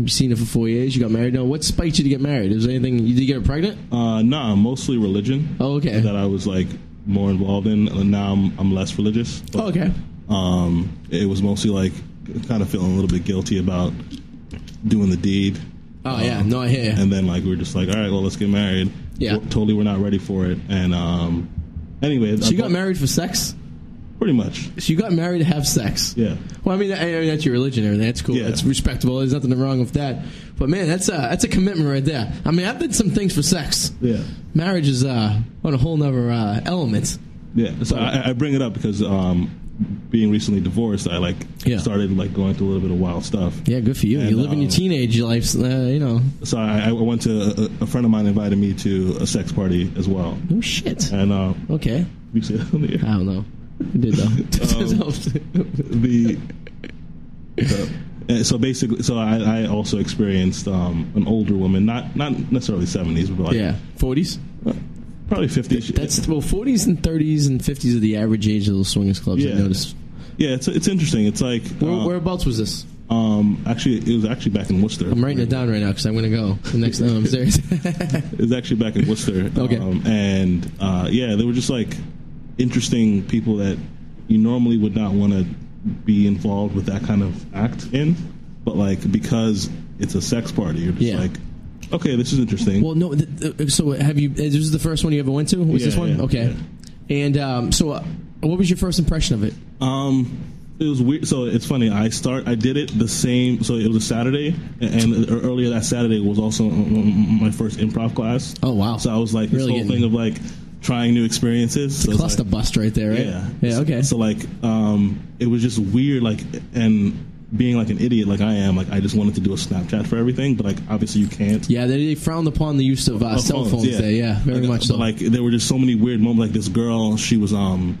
Speaker 6: you've seen it for four years. You got married. No, what spiked you to get married? Is there anything? Did you get her pregnant?
Speaker 8: Uh, nah, mostly religion.
Speaker 6: Oh, okay.
Speaker 8: That I was like more involved in. And now I'm, I'm less religious. But,
Speaker 6: Oh, okay.
Speaker 8: Um, it was mostly like kind of feeling a little bit guilty about doing the deed.
Speaker 6: Oh yeah. No, I hear. You.
Speaker 8: And then like we were just like, all right, well, let's get married.
Speaker 6: Yeah.
Speaker 8: We're- totally, we're not ready for it. And um, anyway,
Speaker 6: So you got married for sex?
Speaker 8: Pretty much.
Speaker 6: So you got married to have sex?
Speaker 8: Yeah.
Speaker 6: Well, I mean, I, I mean that's your religion, and everything. That's cool.
Speaker 8: Yeah.
Speaker 6: That's respectable. There's nothing wrong with that. But man, that's a that's a commitment right there. I mean, I've done some things for sex.
Speaker 8: Yeah.
Speaker 6: Marriage is uh, on a whole nother uh, element.
Speaker 8: Yeah, so I, I bring it up because um, being recently divorced, I like
Speaker 6: Yeah.
Speaker 8: started like going through a little bit of wild stuff.
Speaker 6: Yeah, good for you.
Speaker 8: And,
Speaker 6: You're living your
Speaker 8: um,
Speaker 6: teenage life. Uh, you know,
Speaker 8: So I, I went to a, a friend of mine invited me to a sex party as well,
Speaker 6: no Oh, shit.
Speaker 8: and uh,
Speaker 6: Okay,
Speaker 8: we see that on the air.
Speaker 6: I don't know. I did
Speaker 8: Oh.
Speaker 6: though.
Speaker 8: the. the- and so basically, so I, I also experienced um, an older woman, not not necessarily seventies, but like
Speaker 6: yeah, forties.
Speaker 8: probably fifties.
Speaker 6: That's well, forties and thirties and fifties are the average age of those swingers clubs. I
Speaker 8: Yeah.
Speaker 6: noticed.
Speaker 8: yeah, it's it's interesting. It's like
Speaker 6: Where,
Speaker 8: uh,
Speaker 6: whereabouts was this?
Speaker 8: um, actually it was actually back in Worcester.
Speaker 6: I'm writing it down right now because I'm gonna go the next. No, I'm serious.
Speaker 8: It's actually back in Worcester.
Speaker 6: Okay.
Speaker 8: Um, and uh, yeah, they were just like interesting people that you normally would not want to be involved with that kind of act in, but like because it's a sex party, you're just
Speaker 6: Yeah.
Speaker 8: like, okay, this is interesting.
Speaker 6: Well, no. Th- th- so have you? This is the first one you ever went to? Was this
Speaker 8: Yeah,
Speaker 6: one?
Speaker 8: yeah,
Speaker 6: okay. And um, so, uh, what was your first impression of it?
Speaker 8: um, it was weird. So it's funny. I start. I did it the same. So it was a Saturday, and and earlier that Saturday was also um, my first improv class.
Speaker 6: Oh, wow.
Speaker 8: So I was like this
Speaker 6: Really
Speaker 8: whole
Speaker 6: getting-
Speaker 8: thing of like trying new experiences. So it's
Speaker 6: Cluster
Speaker 8: like-
Speaker 6: bust right there, right?
Speaker 8: Yeah.
Speaker 6: Yeah. Okay.
Speaker 8: So like, um, it was just weird. Like, and being like an idiot, like I am, like I just wanted to do a Snapchat for everything, but like obviously you can't.
Speaker 6: yeah, they, they frowned upon the use of uh,
Speaker 8: Of
Speaker 6: cell phones there. Yeah, very
Speaker 8: And,
Speaker 6: much
Speaker 8: but,
Speaker 6: so.
Speaker 8: Like there were just so many weird moments. Like this girl, she was um,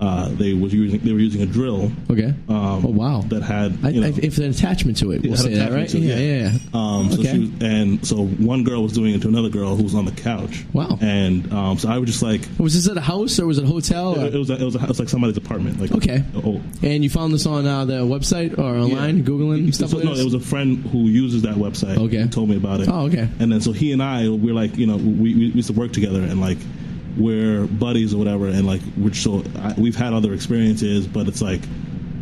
Speaker 8: uh, they was using they were using a drill.
Speaker 6: Okay.
Speaker 8: Um,
Speaker 6: oh wow.
Speaker 8: that had
Speaker 6: I,
Speaker 8: you know,
Speaker 6: I, if an attachment to it, we'll
Speaker 8: had
Speaker 6: say that,
Speaker 8: attachment
Speaker 6: right?
Speaker 8: to it,
Speaker 6: yeah, yeah, yeah.
Speaker 8: Um, so
Speaker 6: Okay.
Speaker 8: she was, and so one girl was doing it to another girl who was on the couch.
Speaker 6: Wow.
Speaker 8: And um, so I was just like,
Speaker 6: Was this at a house or was it a hotel?
Speaker 8: it, it
Speaker 6: Or?
Speaker 8: was a, it was a, it was like somebody's apartment. Like
Speaker 6: Oh, uh, Okay.
Speaker 8: oh,
Speaker 6: And you found this on uh, the website or online, googling stuff
Speaker 8: So,
Speaker 6: like
Speaker 8: no,
Speaker 6: this?
Speaker 8: it was a friend who uses that website.
Speaker 6: Okay.
Speaker 8: who told me about it.
Speaker 6: Oh, okay.
Speaker 8: And then so he and I, we're like, you know, we, we used to work together and like we're buddies or whatever, and like we're so I, we've had other experiences, but it's like.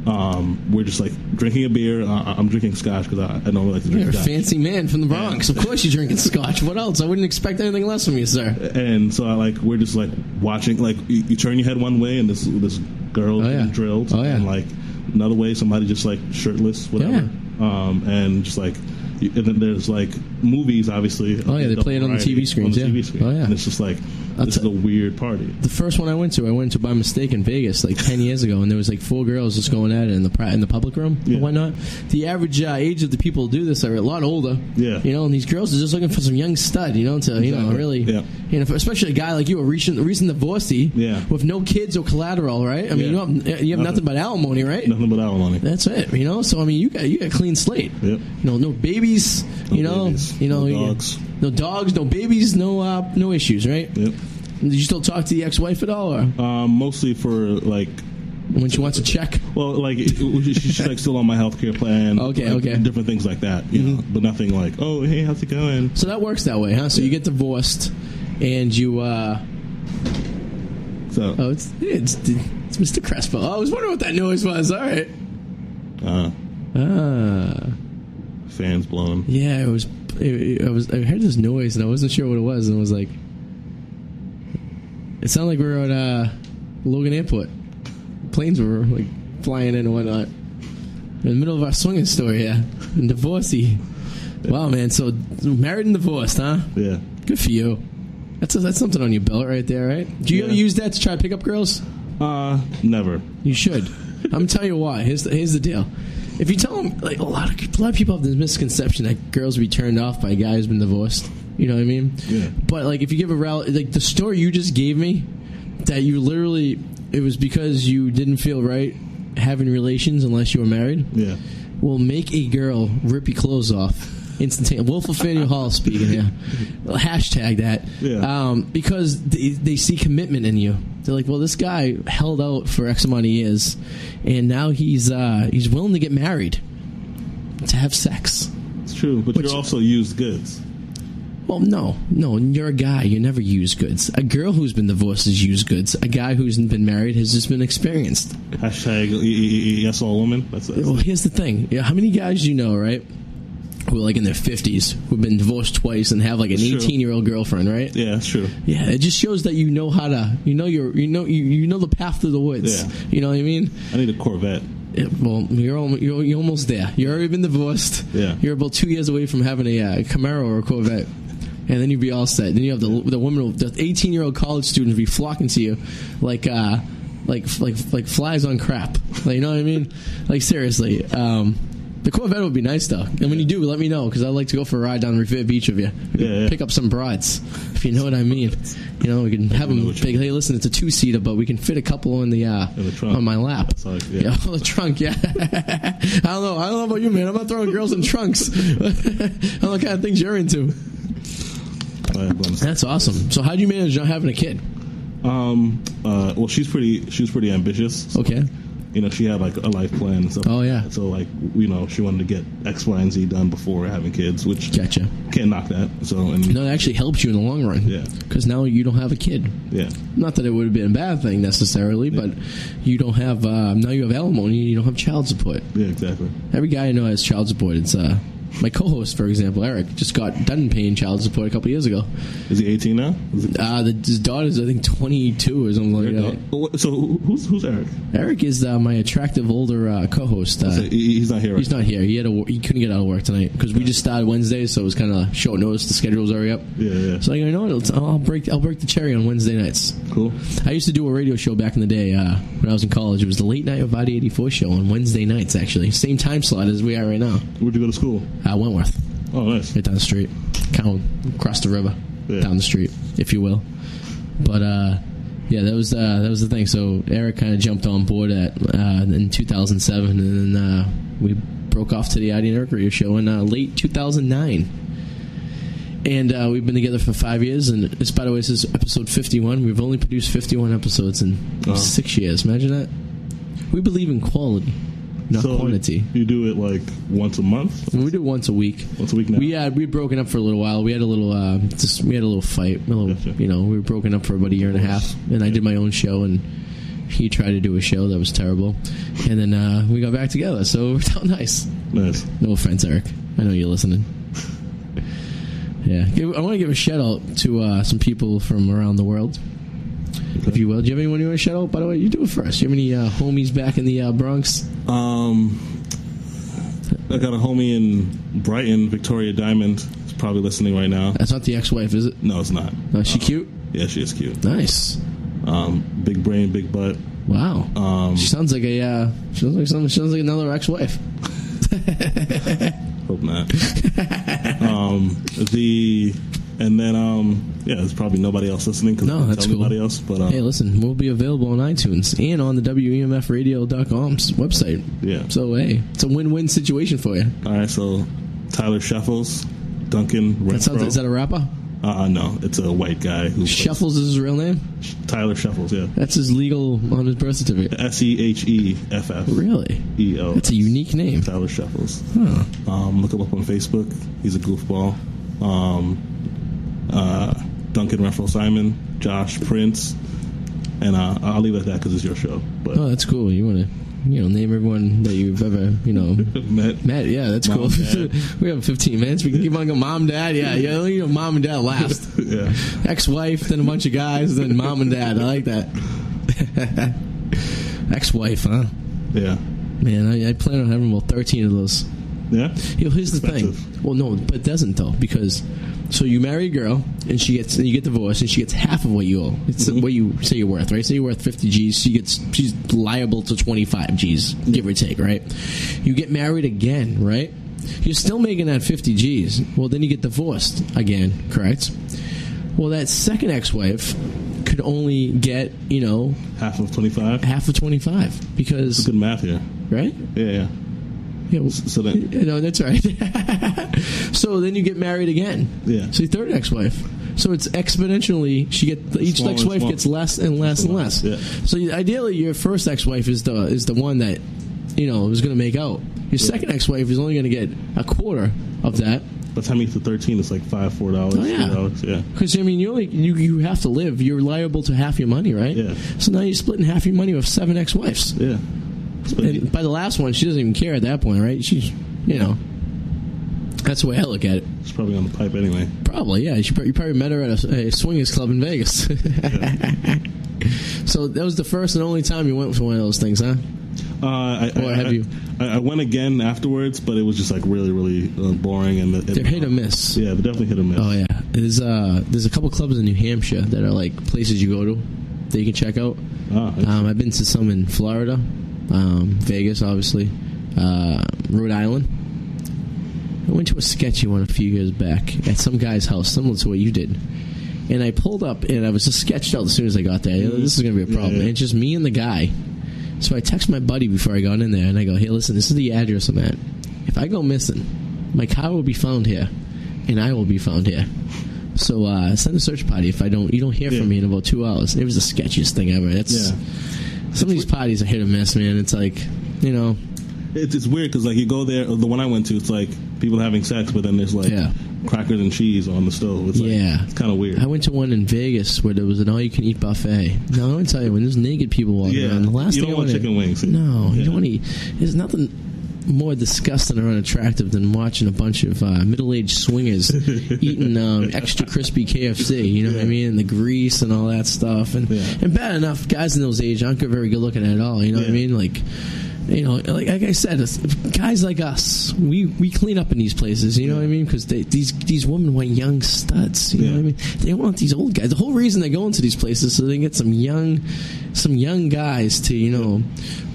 Speaker 8: Um, we're just like drinking a beer. Uh, I'm drinking scotch because I, I normally like to drink
Speaker 6: You're a
Speaker 8: scotch.
Speaker 6: fancy man from the Bronx. Of course, you're drinking scotch. What else? I wouldn't expect anything less from you, sir.
Speaker 8: and so I like we're just like watching like you, you turn your head one way and this this girl
Speaker 6: Oh, yeah.
Speaker 8: getting drilled
Speaker 6: Oh, yeah.
Speaker 8: and like another way somebody just like shirtless whatever um and just like you- and then there's like movies obviously
Speaker 6: Oh, yeah, they play it on the
Speaker 8: variety,
Speaker 6: TV screens,
Speaker 8: on the
Speaker 6: yeah.
Speaker 8: TV screen.
Speaker 6: Oh, yeah.
Speaker 8: and it's just like
Speaker 6: That's
Speaker 8: this is
Speaker 6: a-
Speaker 8: a weird party
Speaker 6: The first one I went to, I went to by mistake in Vegas like ten years ago, and there was like four girls just going at it in the pri- in the public room
Speaker 8: Yeah.
Speaker 6: and whatnot. The average uh, age of the people who do this are a lot older,
Speaker 8: Yeah.
Speaker 6: You know, and these girls are just looking for some young stud, you know, to you know
Speaker 8: Exactly.
Speaker 6: really,
Speaker 8: Yeah.
Speaker 6: You know, especially a guy like you, a recent recent divorcee,
Speaker 8: Yeah.
Speaker 6: with no kids or collateral, right? I mean,
Speaker 8: Yeah.
Speaker 6: you have, you have nothing.
Speaker 8: Nothing.
Speaker 6: but alimony, right?
Speaker 8: nothing but alimony
Speaker 6: That's it, you know. So I mean, you got you got a clean slate.
Speaker 8: Yep.
Speaker 6: You know, no babies.
Speaker 8: No
Speaker 6: you know,
Speaker 8: babies,
Speaker 6: you know,
Speaker 8: no
Speaker 6: you-
Speaker 8: dogs.
Speaker 6: no dogs, no babies, no uh, no issues, right?
Speaker 8: yep
Speaker 6: Did you still talk to the ex-wife at all, or
Speaker 8: um, mostly for like
Speaker 6: when she wants a check?
Speaker 8: well like it- it- she- she's like still on my health care plan
Speaker 6: Okay,
Speaker 8: like,
Speaker 6: okay. Mm-hmm.
Speaker 8: different things like that you know but nothing like oh hey how's it going
Speaker 6: So that works that way, huh? So you get divorced, and you uh
Speaker 8: so
Speaker 6: oh, it's it's, it's Mr. Crespo. Oh, I was wondering what that noise was. All right. Oh.
Speaker 8: uh,
Speaker 6: Ah,
Speaker 8: fans blowing
Speaker 6: yeah, it was. It, it- I was. I heard this noise, and I wasn't sure what it was, and I was like, it sounded like we were at uh, Logan Airport. Planes were like flying in and whatnot. In the middle of our swinging story, yeah, and divorcee. Wow, man. So married and divorced, huh?
Speaker 8: Yeah.
Speaker 6: Good for you. That's that's something on your belt right there, right? Do you
Speaker 8: Yeah.
Speaker 6: ever use that to try to pick up girls?
Speaker 8: Uh, never.
Speaker 6: You should. I'm gonna tell you why. Here's the, here's the deal. If you tell them, like a lot of a lot of people have this misconception that girls be turned off by a guy who's been divorced. You know what I mean?
Speaker 8: Yeah.
Speaker 6: But like, if you give a rel- like the story you just gave me, that you literally it was because you didn't feel right having relations unless you were married
Speaker 8: Yeah.
Speaker 6: will make a girl rip your clothes off instantaneously. Willful Fannie Hall speaking here. Hashtag that.
Speaker 8: Yeah.
Speaker 6: Um, because they, they see commitment in you. They're like, well, this guy held out for X amount of years, and now he's uh, he's willing to get married to have sex.
Speaker 8: It's true, but
Speaker 6: Which-
Speaker 8: you're also used goods.
Speaker 6: Well, no, no. You're a guy. You never use goods. A girl who's been divorced has used goods. A guy who's been married has just been experienced.
Speaker 8: Hashtag y- y- y- yes, all women. That's, that's
Speaker 6: Well, here's the thing. Yeah, how many guys do you know, right? Who are like in their fifties, who've been divorced twice, and have like an
Speaker 8: Sure.
Speaker 6: eighteen-year-old girlfriend, right?
Speaker 8: yeah, that's true.
Speaker 6: Yeah, it just shows that you know how to, you know your, you know you, you know the path through the woods.
Speaker 8: Yeah.
Speaker 6: You know what I mean?
Speaker 8: I need a Corvette.
Speaker 6: It- well, you're, al- you're you're almost there. You're already been divorced.
Speaker 8: Yeah.
Speaker 6: you're about two years away from having a uh, Camaro or a Corvette, and then you'd be all set. Then you have the the woman, the eighteen-year-old college student, be flocking to you, like. uh like like like flies on crap. Like, you know what I mean? Like seriously. Um, the Corvette would be nice though. And when you do, let me know because I'd like to go for a ride down Revere Beach with you.
Speaker 8: Yeah, yeah.
Speaker 6: Pick up some broads, if you know what I mean. You know, we can have
Speaker 8: know
Speaker 6: them
Speaker 8: what you
Speaker 6: big. Hey, listen, it's a two seater, but we can fit a couple on the uh,
Speaker 8: In the trunk.
Speaker 6: on my lap.
Speaker 8: That's all- yeah.
Speaker 6: Yeah, on the trunk. Yeah, I don't know. I don't know about you, man. I'm not throwing girls in trunks. I don't know what kind of things you're into.
Speaker 8: I have one.
Speaker 6: That's awesome. So, how do you manage not having a kid?
Speaker 8: Um. Uh. Well, she's pretty. She was pretty ambitious.
Speaker 6: Okay.
Speaker 8: You know, she had like a life plan and stuff.
Speaker 6: Oh,
Speaker 8: like
Speaker 6: yeah.
Speaker 8: that. So like, you know, she wanted to get X, Y, and Z done before having kids, which
Speaker 6: Gotcha.
Speaker 8: can't knock that. So and
Speaker 6: No, it actually helps you in the long run.
Speaker 8: Yeah.
Speaker 6: Because now you don't have a kid.
Speaker 8: yeah,
Speaker 6: Not that it would have been a bad thing necessarily, but you don't have uh, now you have alimony. You don't have child support.
Speaker 8: yeah, exactly.
Speaker 6: Every guy I know has child support. It's uh, my co-host, for example, Eric, just got done paying child support a couple years ago.
Speaker 8: Is he 18 now? Is it,
Speaker 6: Uh, the, his daughter's, I think, 22 or something like that.
Speaker 8: Oh, what- So who- who's who's Eric?
Speaker 6: Eric is uh, my attractive older uh, co-host.
Speaker 8: So
Speaker 6: Uh,
Speaker 8: he- he's not here. Right
Speaker 6: he's not here. He had a, he couldn't get out of work tonight because we just started Wednesday, so it was kind of short notice. The schedule's already up.
Speaker 8: Yeah, yeah.
Speaker 6: So I go, you know what? Let's- I'll break I'll break the cherry on Wednesday nights.
Speaker 8: Cool.
Speaker 6: I used to do a radio show back in the day uh, when I was in college. It was the late night of Audi 84 show on Wednesday nights, actually. Same time slot as we are right now.
Speaker 8: Where'd you go to school?
Speaker 6: Uh, Wentworth,
Speaker 8: Oh, nice.
Speaker 6: right down the street. Kind of across the river,
Speaker 8: Yeah.
Speaker 6: down the street, if you will. But uh, yeah, that was uh, that was the thing. So Eric kind of jumped on board at uh, in 2007, and then uh, we broke off to the Adi and Eric radio show in uh, late 2009. And uh, we've been together for five years, and it's by the way, this is episode 51. We've only produced 51 episodes in
Speaker 8: Wow.
Speaker 6: six years. Imagine that. We believe in quality, not
Speaker 8: so
Speaker 6: quantity.
Speaker 8: You do it like once a month,
Speaker 6: We do it once a week.
Speaker 8: once a week now.
Speaker 6: We uh, had we had broken up for a little while. We had a little uh, just we had a little fight. A little,
Speaker 8: Gotcha.
Speaker 6: you know, we were broken up for about a year and a half, and I did my own show, and he tried to do a show that was terrible, and then uh, we got back together. So we're down nice.
Speaker 8: nice.
Speaker 6: No offense, Eric. I know you're listening. Yeah, Give- I want to give a shout out to uh, some people from around the world, if you will. Do you have anyone you want to shout out? By the way, you do it first. Do you have any uh, homies back in the uh, Bronx?
Speaker 8: Um, I got a homie in Brighton, Victoria Diamond. is probably listening right now.
Speaker 6: That's not the ex-wife, is it?
Speaker 8: No, it's not.
Speaker 6: Uh, she cute.
Speaker 8: Yeah, she is cute.
Speaker 6: Nice.
Speaker 8: Um, big brain, big butt.
Speaker 6: Wow.
Speaker 8: Um,
Speaker 6: She sounds like a uh, she sounds like some, she sounds like another ex-wife.
Speaker 8: Hope not. um, the and then um, yeah, there's probably nobody else listening because
Speaker 6: No, that's cool.
Speaker 8: nobody else. But um,
Speaker 6: Hey, listen, we'll be available on iTunes and on the E WEMFradio.com's website.
Speaker 8: Yeah.
Speaker 6: So hey, it's a win-win situation for you.
Speaker 8: all right, so Tyler Shuffles, Duncan Renfro.
Speaker 6: That sounds. Is that a rapper?
Speaker 8: uh, uh, no, it's a white guy who plays-
Speaker 6: Shuffles is his real name.
Speaker 8: Tyler Shuffles, yeah.
Speaker 6: That's his legal on his birth certificate.
Speaker 8: S e h e f f
Speaker 6: Really?
Speaker 8: e l.
Speaker 6: That's a unique name.
Speaker 8: Tyler Shuffles. Um, look him up on Facebook. He's a goofball. Um, uh, Duncan Renfro Simon, Josh Prince, and uh, I'll leave it at that because it's your show. But
Speaker 6: Oh, that's cool. You want to, you know, name everyone that you've ever, you know.
Speaker 8: Matt,
Speaker 6: Matt, yeah, that's
Speaker 8: Mom,
Speaker 6: cool.
Speaker 8: Dad.
Speaker 6: we have 15 minutes. We can keep on going. Mom, dad, yeah, yeah. You know, mom and dad last.
Speaker 8: yeah,
Speaker 6: ex-wife, then a bunch of guys, then mom and dad. I like that. ex-wife, huh?
Speaker 8: yeah,
Speaker 6: Man, I, I plan on having about thirteen of those.
Speaker 8: yeah.
Speaker 6: You know, here's the thing.
Speaker 8: Expensive.
Speaker 6: Well, no, but it doesn't though because so you marry a girl and she gets and you get divorced and she gets half of what you owe. It's
Speaker 8: Mm-hmm.
Speaker 6: what you say you're worth, right? Say you're worth fifty G's, she gets she's liable to twenty five G's, give or take, right? You get married again, right? You're still making that fifty G's. Well, then you get divorced again, correct? Well, that second ex-wife could only get you know
Speaker 8: Half of twenty five.
Speaker 6: half of twenty five because
Speaker 8: Good math here.
Speaker 6: right?
Speaker 8: Yeah, yeah.
Speaker 6: Yeah, well,
Speaker 8: So then,
Speaker 6: no, that's right. so then you get married again.
Speaker 8: Yeah.
Speaker 6: So your third ex-wife. So it's exponentially. She get each
Speaker 8: Smaller and
Speaker 6: ex-wife
Speaker 8: smaller.
Speaker 6: gets less and less and less.
Speaker 8: Yeah.
Speaker 6: So you- ideally, your first ex-wife is the is the one that you know is going to make out. Your second ex-wife is only going to get a quarter of that.
Speaker 8: by the time you get to thirteen, it's like five, four dollars,
Speaker 6: Oh, yeah.
Speaker 8: three dollars. Yeah,
Speaker 6: Because I mean, you only you you have to live. You're liable to half your money, right?
Speaker 8: Yeah.
Speaker 6: So now you're splitting half your money with seven ex-wives.
Speaker 8: yeah. It's been-
Speaker 6: And by the last one, she doesn't even care at that point, right? She's you know. That's the way I look at it.
Speaker 8: it's probably on the pipe anyway.
Speaker 6: Probably, yeah. You prob- you probably met her at a, a swingers club in Vegas. so that was the first and only time you went for one of those things, huh?
Speaker 8: Uh, I,
Speaker 6: Or
Speaker 8: I,
Speaker 6: have
Speaker 8: I,
Speaker 6: you?
Speaker 8: I, I went again afterwards, but it was just like really, really uh, boring. And it,
Speaker 6: They're hit or miss.
Speaker 8: Yeah, they definitely hit or miss.
Speaker 6: Oh yeah. There's uh there's a couple clubs in New Hampshire that are like places you go to that you can check out.
Speaker 8: Ah, I-
Speaker 6: Um, I've been to some in Florida, um, Vegas, obviously, uh, Rhode Island. I went to a sketchy one a few years back at some guy's house, similar to what you did. And I pulled up, and I was just sketched out as soon as I got there. This is going to be a problem.
Speaker 8: Yeah.
Speaker 6: And it's just me and the guy. So I text my buddy before I got in there, and I go, "Hey, listen, this is the address I'm at. If I go missing, my car will be found here, and I will be found here. So uh, send a search party if I don't. You don't hear
Speaker 8: Yeah.
Speaker 6: from me in about two hours. It was the sketchiest thing ever. It's
Speaker 8: yeah.
Speaker 6: some of these parties are hit or miss, man. It's like, you know,
Speaker 8: It's, it's weird because like you go there. The one I went to, it's like people having sex, but then there's like
Speaker 6: Yeah.
Speaker 8: crackers and cheese on the stove. It's like,
Speaker 6: Yeah.
Speaker 8: it's kind of weird.
Speaker 6: I went to one in Vegas where there was an all-you-can-eat buffet. Now I want to tell you, when there's naked people walking
Speaker 8: Yeah.
Speaker 6: around, the last
Speaker 8: You
Speaker 6: thing
Speaker 8: don't
Speaker 6: I
Speaker 8: want
Speaker 6: wanna-
Speaker 8: chicken wings.
Speaker 6: No, you
Speaker 8: Yeah.
Speaker 6: don't want to eat. There's nothing more disgusting or unattractive than watching a bunch of uh, middle-aged swingers eating um, extra crispy KFC. You know what I mean? And the grease and all that stuff. And
Speaker 8: Yeah.
Speaker 6: and bad enough, guys in those age aren't very good looking at all. You know what I
Speaker 8: Yeah.
Speaker 6: mean? Like. You know, like, like I said, it's- guys like us, we, we clean up in these places. You know what I mean? Because these these women want young studs. You know
Speaker 8: Yeah.
Speaker 6: what I mean? They don't want these old guys. The whole reason they go into these places is so they can get some young, some young guys to you know,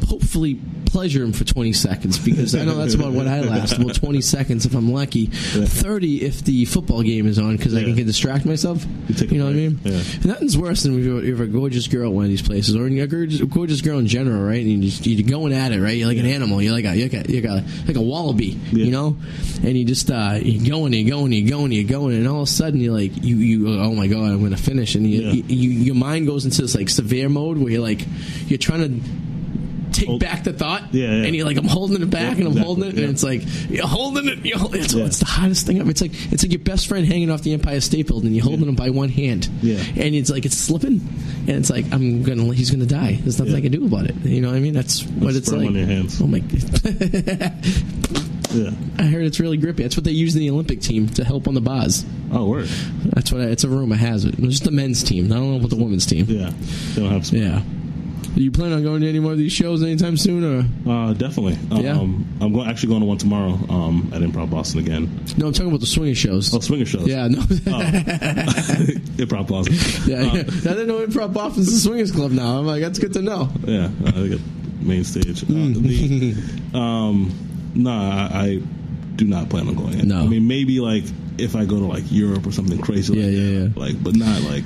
Speaker 6: hopefully pleasure him for 20 seconds because I know that's about what I last. Well, 20 seconds if I'm lucky, 30 if the football game is on because I can
Speaker 8: Yeah.
Speaker 6: get distract myself.
Speaker 8: You
Speaker 6: You,
Speaker 8: take a
Speaker 6: know what I
Speaker 8: break,
Speaker 6: mean?
Speaker 8: yeah.
Speaker 6: And Nothing's worse than if you're, if you're a gorgeous girl at one of these places or a gorgeous, gorgeous girl in general, right? And you just, you're going at it, right? You're like an animal. You're like a you're like a, you're like a, like a wallaby,
Speaker 8: Yeah.
Speaker 6: you know? And you just uh, you're going, you're going, you're going, you're going, and all of a sudden you're like you you oh my god, I'm gonna finish, and you,
Speaker 8: Yeah.
Speaker 6: you, you your mind goes into this like severe mode where you're like you're trying to take
Speaker 8: Hold-
Speaker 6: back the thought.
Speaker 8: Yeah, yeah.
Speaker 6: And you're like, I'm holding it back
Speaker 8: Yeah,
Speaker 6: and I'm
Speaker 8: exactly,
Speaker 6: holding it.
Speaker 8: yeah.
Speaker 6: And it's like, you're holding it. You're holding, it's,
Speaker 8: Yeah.
Speaker 6: it's the hottest thing ever. It's like, it's like your best friend hanging off the Empire State Building. You're holding him by one hand.
Speaker 8: Yeah.
Speaker 6: And it's like, it's slipping. And it's like, I'm going to, he's going to die. There's nothing
Speaker 8: Yeah.
Speaker 6: I can do about it. You know what I mean? That's what it's
Speaker 8: sperm
Speaker 6: like.
Speaker 8: on your hands.
Speaker 6: Oh my
Speaker 8: Yeah.
Speaker 6: I heard it's really grippy. That's what they use in the Olympic team to help on the bars.
Speaker 8: Oh, word.
Speaker 6: That's what I, it's a rumor has it. It was just the men's team. I don't know about the women's team.
Speaker 8: Yeah. They don't have sperm.
Speaker 6: Yeah. Are you planning on going to any more of these shows anytime soon or?
Speaker 8: Uh, definitely. Um,
Speaker 6: Yeah.
Speaker 8: I'm going actually going to one tomorrow um, at Improv Boston again.
Speaker 6: No, I'm talking about the swinging shows.
Speaker 8: Oh, swinger shows.
Speaker 6: Yeah, no.
Speaker 8: Improv Boston.
Speaker 6: yeah,
Speaker 8: oh. Uh,
Speaker 6: yeah. I didn't know improv Boston's a swingers club now. I'm like, that's good to know.
Speaker 8: Yeah, I think it- main stage. Uh,
Speaker 6: Mm-hmm.
Speaker 8: the, um, nah, I, I do not plan on going.
Speaker 6: No.
Speaker 8: I mean maybe like if I go to like Europe or something crazy.
Speaker 6: Yeah,
Speaker 8: like
Speaker 6: yeah,
Speaker 8: that,
Speaker 6: yeah.
Speaker 8: Like, but not like.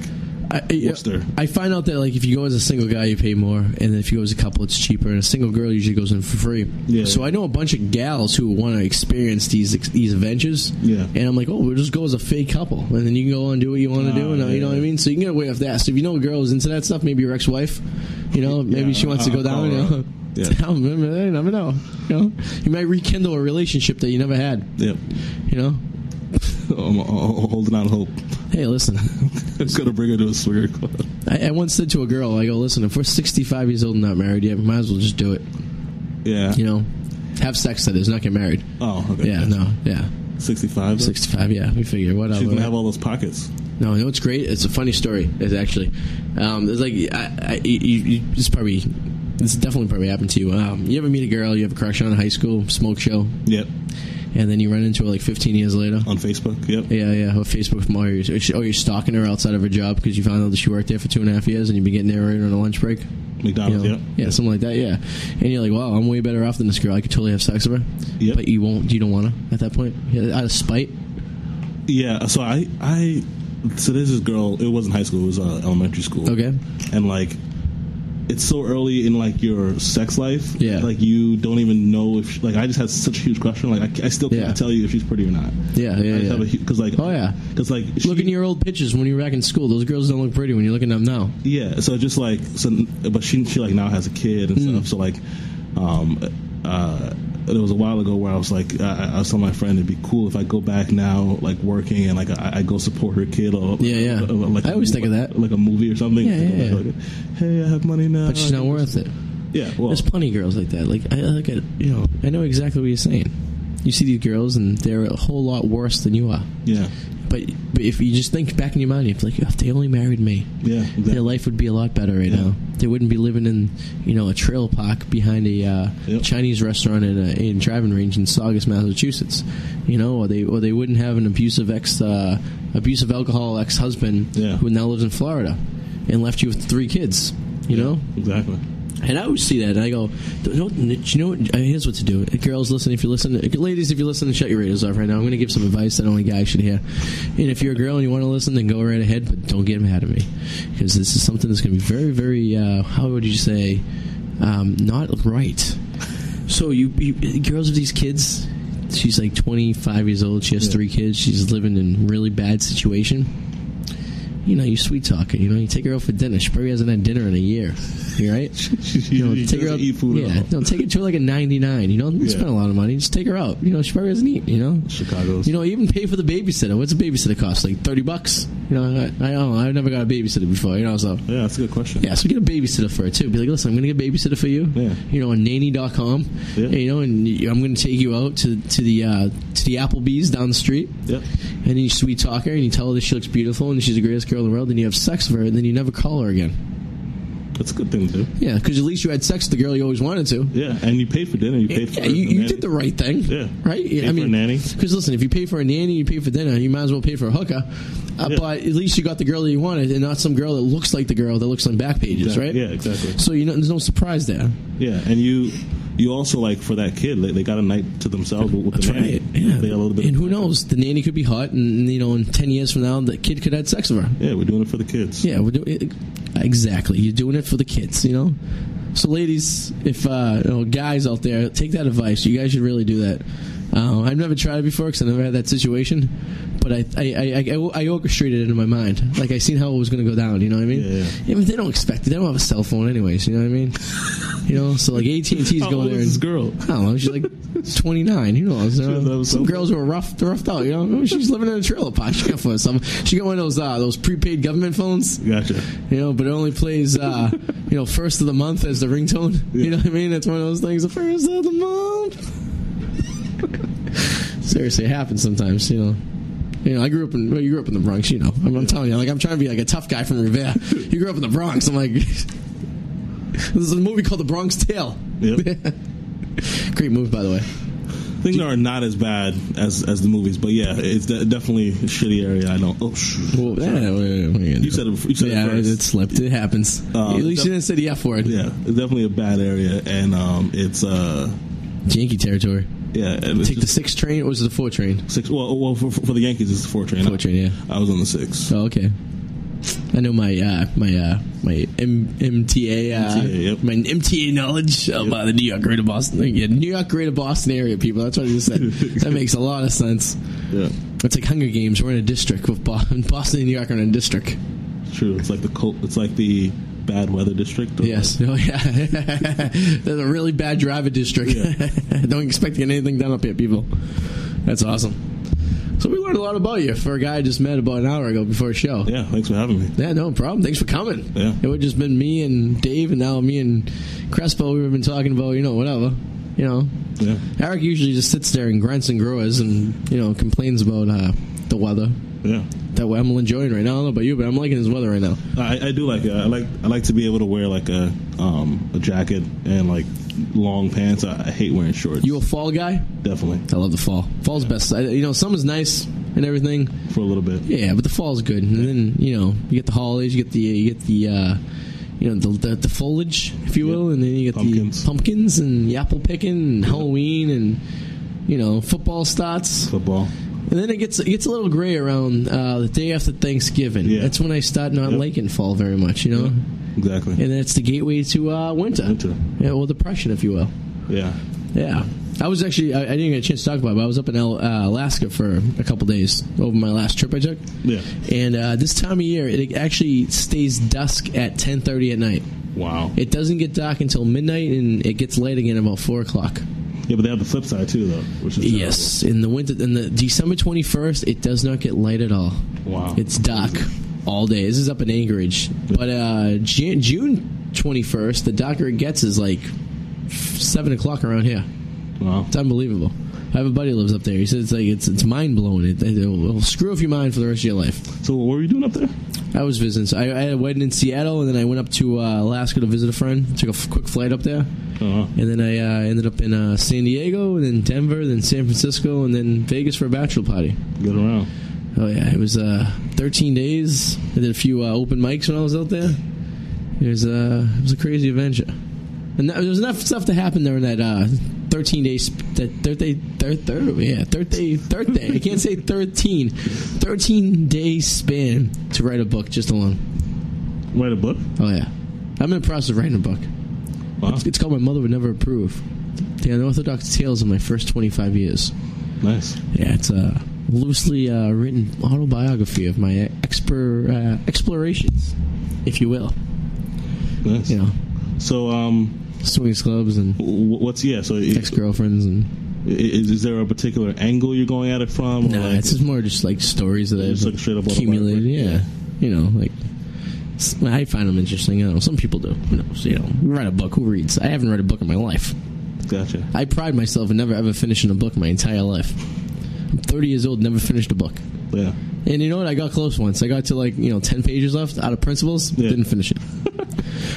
Speaker 6: I, I,
Speaker 8: Worcester.
Speaker 6: I find out that like if you go as a single guy, you pay more, and then if you go as a couple, it's cheaper. And a single girl usually goes in for free.
Speaker 8: Yeah.
Speaker 6: So I know a bunch of gals who want to experience these these adventures.
Speaker 8: Yeah.
Speaker 6: And I'm like, oh, we'll just go as a fake couple, and then you can go and do what you want to
Speaker 8: Ah,
Speaker 6: do, and uh,
Speaker 8: yeah,
Speaker 6: you know what I
Speaker 8: yeah.
Speaker 6: mean. So you can get away off that. So if you know a girl is into that stuff, maybe your ex-wife, you know, maybe
Speaker 8: Yeah,
Speaker 6: she wants to go
Speaker 8: I'll call
Speaker 6: down. You
Speaker 8: her
Speaker 6: know,
Speaker 8: up. Yeah.
Speaker 6: Tell 'em, "Hey, you never know. You know, you might rekindle a relationship that you never had.
Speaker 8: Yep.
Speaker 6: You know,
Speaker 8: I'm, uh, holding out hope.
Speaker 6: hey, listen.
Speaker 8: I'm gonna bring her to a swinger club.
Speaker 6: I, I once said to a girl, I go, listen, if we're 65 years old and not married yet, we might as well just do it.
Speaker 8: Yeah.
Speaker 6: You know, have sex, that is, not get married.
Speaker 8: Oh, okay.
Speaker 6: Yeah, no, yeah.
Speaker 8: 65.
Speaker 6: 65, yeah, we figure, whatever.
Speaker 8: She's gonna
Speaker 6: right?
Speaker 8: have all those pockets.
Speaker 6: No, you know what's great? It's a funny story. It's actually, um, it's like I, I, you, you, it's probably, this definitely probably happened to you. Um, you ever meet a girl you have a crush on in high school, smoke show,
Speaker 8: Yep.
Speaker 6: and then you run into her like 15 years later?
Speaker 8: On Facebook. Yep.
Speaker 6: Yeah, yeah. Or Facebook from all your, or she- or you're stalking her outside of her job because you found out that she worked there for two and a half years and you've been getting there right on a lunch break. You
Speaker 8: McDonald's.
Speaker 6: know?
Speaker 8: Yep.
Speaker 6: Yeah, something like that. Yeah, and you're like, wow, I'm way better off than this girl. I could totally have sex with her.
Speaker 8: Yep.
Speaker 6: But you won't. You don't want to at that point yeah, out of spite.
Speaker 8: Yeah. So I I so there's this girl. It wasn't high school. It was uh, elementary school.
Speaker 6: Okay.
Speaker 8: And like, it's so early in like your sex life.
Speaker 6: Yeah.
Speaker 8: Like you don't even know if she, like I just had such a huge crush on. her, Like I, ca- I still can't
Speaker 6: Yeah.
Speaker 8: tell you if she's pretty or not.
Speaker 6: Yeah, yeah,
Speaker 8: I just
Speaker 6: yeah.
Speaker 8: have a because like
Speaker 6: Oh, yeah.
Speaker 8: because like she,
Speaker 6: Look in your old pictures when you were back in school. Those girls don't look pretty when you look at them now.
Speaker 8: yeah. So just like so, but she she like now has a kid and
Speaker 6: Mm.
Speaker 8: stuff. So like, um, uh. There was a while ago where I was like, I, I- I was telling my friend it'd be cool if I go back now, like working and like I, I go support her kid or
Speaker 6: Yeah, yeah.
Speaker 8: or, like
Speaker 6: I always think of that.
Speaker 8: like a movie or something.
Speaker 6: Yeah, yeah, yeah.
Speaker 8: Like, hey, I have money now.
Speaker 6: But she's
Speaker 8: I
Speaker 6: not
Speaker 8: can do
Speaker 6: worth it.
Speaker 8: Yeah, well,
Speaker 6: There's plenty of girls like that. Like I look at you know, I know exactly what you're saying. You see these girls and they're a whole lot worse than you are.
Speaker 8: yeah,
Speaker 6: But, but if you just think back in your mind, you're like, if they only married me,
Speaker 8: yeah, exactly.
Speaker 6: their life would be a lot better right
Speaker 8: Yeah.
Speaker 6: now. They wouldn't be living in you know a trailer park behind a uh,
Speaker 8: Yep.
Speaker 6: Chinese restaurant in a in driving range in Saugus, Massachusetts. You know, or they or they wouldn't have an abusive ex uh, abusive alcohol ex husband
Speaker 8: Yeah.
Speaker 6: who now lives in Florida and left you with three kids. You know,
Speaker 8: exactly.
Speaker 6: and I always see that, and I go, don't, you know what? uh, Here's what to do. Girls, listen, if you listen, ladies, if you listen, shut your radios off right now. I'm going to give some advice that only guys should hear. And if you're a girl and you want to listen, then go right ahead, but don't get mad at me. Because this is something that's going to be very, very, uh, how would you say, um, not right. So you, you girls with these kids, she's like 25 years old, she has
Speaker 8: Yeah.
Speaker 6: three kids, she's living in really bad situation you know, you sweet talk her. You know, you take her out for dinner. She probably hasn't had dinner in a year. You right? You know,
Speaker 8: She
Speaker 6: take her
Speaker 8: doesn't
Speaker 6: out.
Speaker 8: eat food at
Speaker 6: yeah,
Speaker 8: all.
Speaker 6: no, take her to like a ninety-nine. You know, don't
Speaker 8: Yeah.
Speaker 6: spend a lot of money. Just take her out. You know, she probably doesn't eat. You know,
Speaker 8: Chicago's.
Speaker 6: you know, even pay for the babysitter. What's a babysitter cost? Like thirty bucks. You know, I, I don't. know. I've never got a babysitter before. You know, so
Speaker 8: yeah, that's a good question.
Speaker 6: yeah, so get a babysitter for her too. Be like, listen, I'm going to get a babysitter for you.
Speaker 8: Yeah.
Speaker 6: You know, on nanny.com.
Speaker 8: Yeah.
Speaker 6: You know, and you- I'm going to take you out to to the uh, to the Applebee's down the street.
Speaker 8: Yep.
Speaker 6: And then you sweet talk her, and you tell her that she looks beautiful, and she's the greatest girl in the world. Then you have sex with her, and then you never call her again.
Speaker 8: That's a good thing to do.
Speaker 6: Yeah, because at least you had sex with the girl you always wanted to.
Speaker 8: Yeah, and you paid for dinner. You paid for
Speaker 6: Yeah, you,
Speaker 8: the
Speaker 6: you
Speaker 8: nanny.
Speaker 6: did the right thing.
Speaker 8: Yeah.
Speaker 6: Right? Yeah,
Speaker 8: Pay for a nanny.
Speaker 6: Because listen, if you pay for a nanny, you pay for dinner, you might as well pay for a hooker. Uh,
Speaker 8: Yeah.
Speaker 6: But at least you got the girl that you wanted and not some girl that looks like the girl that looks on back pages,
Speaker 8: Exactly.
Speaker 6: right?
Speaker 8: Yeah, exactly.
Speaker 6: So you know, there's no surprise there.
Speaker 8: Yeah, and you you also like for that kid, they, they got a night to themselves with
Speaker 6: That's
Speaker 8: the nanny.
Speaker 6: right. Yeah.
Speaker 8: They got a little bit.
Speaker 6: and
Speaker 8: of-
Speaker 6: who knows? The nanny could be hot, and you know, in ten years from now, the kid could have sex with her.
Speaker 8: Yeah, we're doing it for the kids.
Speaker 6: Yeah, we're doing it. exactly. You're doing it for the kids, you know. So, ladies, if uh, you know, guys out there, take that advice. You guys should really do that. Uh, I've never tried it before because I never had that situation, but I I, I, I I orchestrated it in my mind. Like I seen how it was going to go down. You know what I mean?
Speaker 8: Yeah, yeah.
Speaker 6: I mean, they don't expect it. They don't have a cell phone, anyways. You know what I mean? You know, so like AT and T's
Speaker 8: How old
Speaker 6: going there.
Speaker 8: is this
Speaker 6: and-
Speaker 8: girl?
Speaker 6: I don't know. She's like 29. Who knows? You know,
Speaker 8: Sure, that was
Speaker 6: some
Speaker 8: something.
Speaker 6: girls were rough, roughed out. You know, she's living in a trailer park. She got for some. She got one of those uh, those prepaid government phones.
Speaker 8: Gotcha.
Speaker 6: You know, but it only plays uh, you know first of the month as the ringtone. You know what I mean? It's one of those things. The first of the month. Seriously, it happens sometimes. You know. You know, I grew up in well, you grew up in the Bronx. You know, I'm, I'm telling you, like I'm trying to be like a tough guy from Revere. You grew up in the Bronx. I'm like, this is a movie called The Bronx Tale.
Speaker 8: Yep.
Speaker 6: Great movie, by the way.
Speaker 8: Things are not as bad as as the movies, but yeah, it's de- definitely a shitty area. I know. Oh, sh-
Speaker 6: Well, yeah, what are you gonna do?
Speaker 8: You said it- you said it
Speaker 6: yeah,
Speaker 8: first.
Speaker 6: it slipped. It happens.
Speaker 8: Um,
Speaker 6: At least you didn't say the F word.
Speaker 8: yeah, it's definitely a bad area, and um, it's uh,
Speaker 6: Yankee territory.
Speaker 8: yeah, and it's
Speaker 6: Take the
Speaker 8: just
Speaker 6: six train, or was it the four train?
Speaker 8: six. Well, well, for, for the Yankees, it's the four train.
Speaker 6: Four train, yeah.
Speaker 8: I was on the six.
Speaker 6: Oh, okay. I know my uh, my uh, my M- MTA, uh,
Speaker 8: MTA, yep.
Speaker 6: my MTA knowledge about the New York Greater Boston. Yeah, New York Greater Boston area people. That's what I just said. that makes a lot of sense.
Speaker 8: Yeah,
Speaker 6: It's like Hunger Games. We're in a district with Boston, Boston and New York are in a district.
Speaker 8: true. It's like the col- It's like the bad weather district. or-
Speaker 6: Yes. Oh, yeah. That's a really bad driver district.
Speaker 8: Yeah.
Speaker 6: Don't expect to get anything done up here, people. That's awesome. So we learned a lot about you for a guy I just met about an hour ago before a show.
Speaker 8: Yeah. Thanks for having me.
Speaker 6: Yeah, no problem. Thanks for coming.
Speaker 8: Yeah.
Speaker 6: It would just been me and Dave, and now me and Crespo. We've been talking about you know whatever, you know.
Speaker 8: Yeah.
Speaker 6: Eric usually just sits there and grunts and growls and you know complains about uh, the weather
Speaker 8: Yeah.
Speaker 6: that I'm enjoying right now. I don't know about you, but I'm liking this weather right now.
Speaker 8: I, I do like it. I like I like to be able to wear like a um a jacket and like long pants. I, I hate wearing shorts.
Speaker 6: You a fall guy?
Speaker 8: definitely
Speaker 6: I love the fall. Fall's best. I, you know, summer's nice and everything.
Speaker 8: for a little bit.
Speaker 6: Yeah, but the fall's good. And then you know, you get the holidays. You get the you get the uh, you know the, the the foliage, if you will, and then you get
Speaker 8: Pumpkins.
Speaker 6: the pumpkins and the apple picking and Halloween and you know football starts.
Speaker 8: Football.
Speaker 6: And then it gets it gets a little gray around uh, the day after Thanksgiving.
Speaker 8: Yeah.
Speaker 6: That's when I start not
Speaker 8: Yep.
Speaker 6: liking fall very much. You know.
Speaker 8: Exactly.
Speaker 6: And that's the gateway to uh, winter.
Speaker 8: Winter.
Speaker 6: Yeah, well, depression, if you will.
Speaker 8: Yeah.
Speaker 6: Yeah. I was actually, I, I didn't get a chance to talk about it, but I was up in Al- uh, Alaska for a couple days over my last trip I took.
Speaker 8: Yeah.
Speaker 6: And uh, this time of year, it actually stays dusk at 10.30 at night.
Speaker 8: Wow.
Speaker 6: It doesn't get dark until midnight, and it gets light again about 4 o'clock.
Speaker 8: Yeah, but they have the flip side too, though. Which is
Speaker 6: Yes. In the winter, in the December 21st, it does not get light at all.
Speaker 8: Wow.
Speaker 6: It's dark all day. This is up in Anchorage. But uh, Jan- June 21st, the darker it gets is like 7 o'clock around here.
Speaker 8: Wow.
Speaker 6: It's unbelievable. I have a buddy who lives up there. He says it's like it's it's mind blowing. It, it will screw up your mind for the rest of your life.
Speaker 8: So what were you doing up there?
Speaker 6: I was visiting. So I, I had a wedding in Seattle, and then I went up to uh, Alaska to visit a friend. Took a f- quick flight up there,
Speaker 8: Uh-huh.
Speaker 6: and then I uh, ended up in uh, San Diego, and then Denver, then San Francisco, and then Vegas for a bachelor party.
Speaker 8: Get around.
Speaker 6: Oh yeah, it was uh, 13 days. I did a few uh, open mics when I was out there. It was uh, it was a crazy adventure, and that, there was enough stuff to happen during that uh, 13 days. That third day, third, third, yeah, third day, third day. I can't say 13, 13 day span to write a book just alone.
Speaker 8: Write a book.
Speaker 6: Oh yeah, I'm in the process of writing a book.
Speaker 8: Wow.
Speaker 6: It's called My Mother Would Never Approve: The Unorthodox Tales of My First 25 Years.
Speaker 8: Nice.
Speaker 6: Yeah, it's a loosely uh, written autobiography of my exper, uh, explorations, if you will.
Speaker 8: Nice.
Speaker 6: You know,
Speaker 8: So um,
Speaker 6: swingers clubs and
Speaker 8: wh- what's yeah? So
Speaker 6: ex
Speaker 8: is,
Speaker 6: girlfriends and
Speaker 8: is, is there a particular angle you're going at it from? or
Speaker 6: nah,
Speaker 8: like-
Speaker 6: it's just more just like stories that I've
Speaker 8: Just like straight up
Speaker 6: accumulated.
Speaker 8: autobiography.
Speaker 6: Yeah, you know, like s- I find them interesting. You know, some people do. Who knows? You know, you write a book. Who reads? I haven't read a book in my life.
Speaker 8: gotcha.
Speaker 6: I pride myself in never ever finishing a book my entire life. I'm 30 years old, never finished a book.
Speaker 8: Yeah.
Speaker 6: And you know what? I got close once. I got to like you know ten pages left out of principles.
Speaker 8: Yeah.
Speaker 6: Didn't finish it.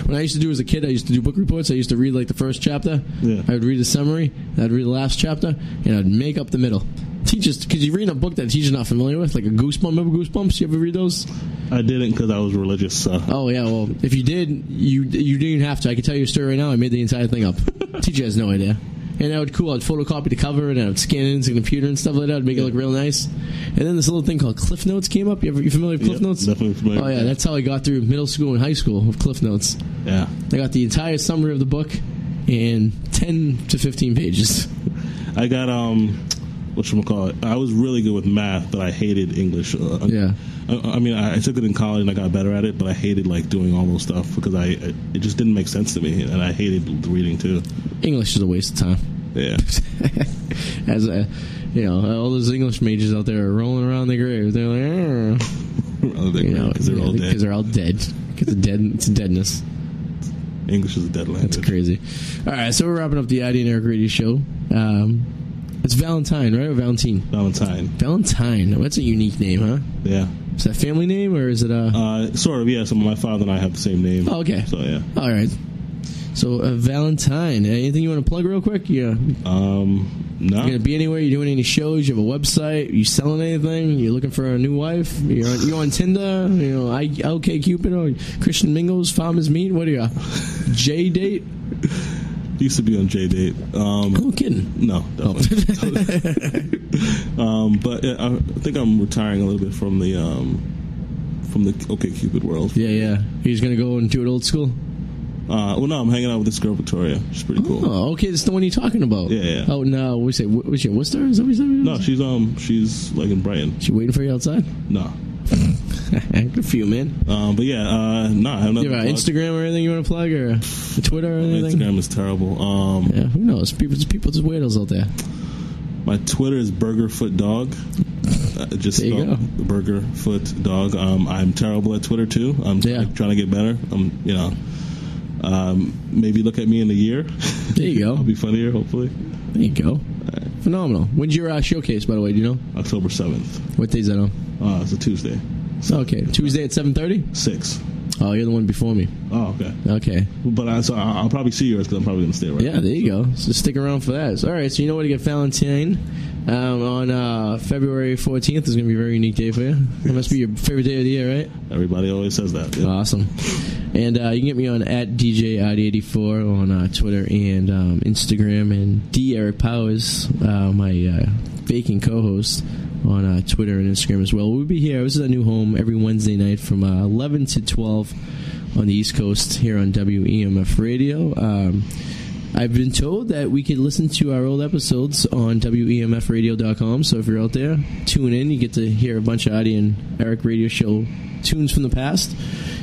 Speaker 6: When I used to do as a kid, I used to do book reports. I used to read like the first chapter.
Speaker 8: Yeah.
Speaker 6: I would read a summary. I'd read the last chapter, and I'd make up the middle. Teachers, because you're reading a book that a teacher's not familiar with, like a Goosebump. Remember Goosebumps? You ever read those?
Speaker 8: I didn't because I was religious. So.
Speaker 6: Oh yeah. Well, if you did, you you didn't even have to. I can tell you a story right now. I made the entire thing up. Teacher has no idea. And I would cool. I'd photocopy the cover and I would scan it into the computer and stuff like that. I'd make it look real nice. And then this little thing called Cliff Notes came up. You ever you familiar with Cliff
Speaker 8: Yeah,
Speaker 6: Notes?
Speaker 8: definitely familiar.
Speaker 6: Oh yeah, that's how I got through middle school and high school with Cliff Notes.
Speaker 8: Yeah.
Speaker 6: I got the entire summary of the book in ten to fifteen pages.
Speaker 8: I got um, what call it? I was really good with math, but I hated English. Uh,
Speaker 6: Yeah.
Speaker 8: I, I mean, I, I took it in college and I got better at it, but I hated like doing all those stuff because I it just didn't make sense to me, and I hated the reading too.
Speaker 6: English is a waste of time.
Speaker 8: Yeah.
Speaker 6: As a, you know, all those English majors out there are rolling around the grave. They're like, "Arr."
Speaker 8: Because
Speaker 6: you know,
Speaker 8: they're all dead.
Speaker 6: Because they're all dead. 'Cause the dead. It's deadness.
Speaker 8: English is a dead language.
Speaker 6: It's crazy. All right, so we're wrapping up the ID and Eric Radio Show. Um, it's Valentine, right? Or Valentine?
Speaker 8: Valentine.
Speaker 6: Valentine. Now, That's a unique name, huh?
Speaker 8: Yeah.
Speaker 6: Is that family name or is it a?
Speaker 8: Uh, sort of. Yeah. So my father and I have the same name.
Speaker 6: Oh, okay.
Speaker 8: So yeah.
Speaker 6: All right. So uh, Valentine. Anything you want to plug real quick? Yeah.
Speaker 8: Um. No.
Speaker 6: You gonna be anywhere? You doing any shows? You have a website? You selling anything? You looking for a new wife? You're on, you on Tinder? You know, I OK Cupid or Christian Mingles, Farmers Meat? What are you? J date?
Speaker 8: Used to be on J date. Um.
Speaker 6: No kidding.
Speaker 8: No, definitely. um, but uh, I think I'm retiring a little bit from the um, from the OK Cupid world.
Speaker 6: Yeah, yeah. He's gonna go and do it old school.
Speaker 8: Uh, well, no, I'm hanging out with this girl Victoria. She's pretty cool.
Speaker 6: Oh, okay. That's the one you're talking about.
Speaker 8: Yeah, yeah.
Speaker 6: Oh no, we say what's your Worcester? Is that what you said?
Speaker 8: No, she's um, she's like in Brighton.
Speaker 6: She waiting for you outside.
Speaker 8: No,
Speaker 6: Good for you, man.
Speaker 8: um, but yeah, uh, no, I have
Speaker 6: You have
Speaker 8: nothing. to
Speaker 6: an
Speaker 8: plug.
Speaker 6: Instagram or anything you want to plug, or a Twitter or anything?
Speaker 8: Instagram is terrible. Um,
Speaker 6: Yeah, who knows? People, people just weirdos out there.
Speaker 8: My Twitter is Burgerfoot Dog. Uh, just
Speaker 6: There you
Speaker 8: spelled Burgerfoot Dog. Um, I'm terrible at Twitter too. I'm
Speaker 6: Yeah.
Speaker 8: try- trying to get better. I'm, you know, um, maybe look at me in a year.
Speaker 6: There you go.
Speaker 8: I'll be funnier, hopefully.
Speaker 6: There you go. Phenomenal. When's your uh, showcase, by the way? Do you know
Speaker 8: October seventh.
Speaker 6: what day's that on?
Speaker 8: Uh, it's a Tuesday.
Speaker 6: Okay, Tuesday at seven thirty.
Speaker 8: Six.
Speaker 6: Oh, you're the one before me.
Speaker 8: Oh, okay.
Speaker 6: Okay.
Speaker 8: But I, so I- I'll probably see yours because I'm probably gonna stay right.
Speaker 6: Yeah, there you go. So stick around for that. So, all right, so you know where to get Valentine um, on uh, February 14th. is going to be a very unique day for you. That must be your favorite day of the year, right?
Speaker 8: Everybody always says that. Yeah.
Speaker 6: Awesome. And uh, you can get me on at DJID84 on uh, Twitter and um, Instagram, and D Eric Powers, uh, my uh, baking co-host, on uh, Twitter and Instagram as well. We'll be here. This is our new home every Wednesday night from uh, 11 to 12 on the East Coast here on WEMF Radio. Um, I've been told that we could listen to our old episodes on E WEMFradio.com. So if you're out there, tune in. You get to hear a bunch of Adi and Eric radio show tunes from the past.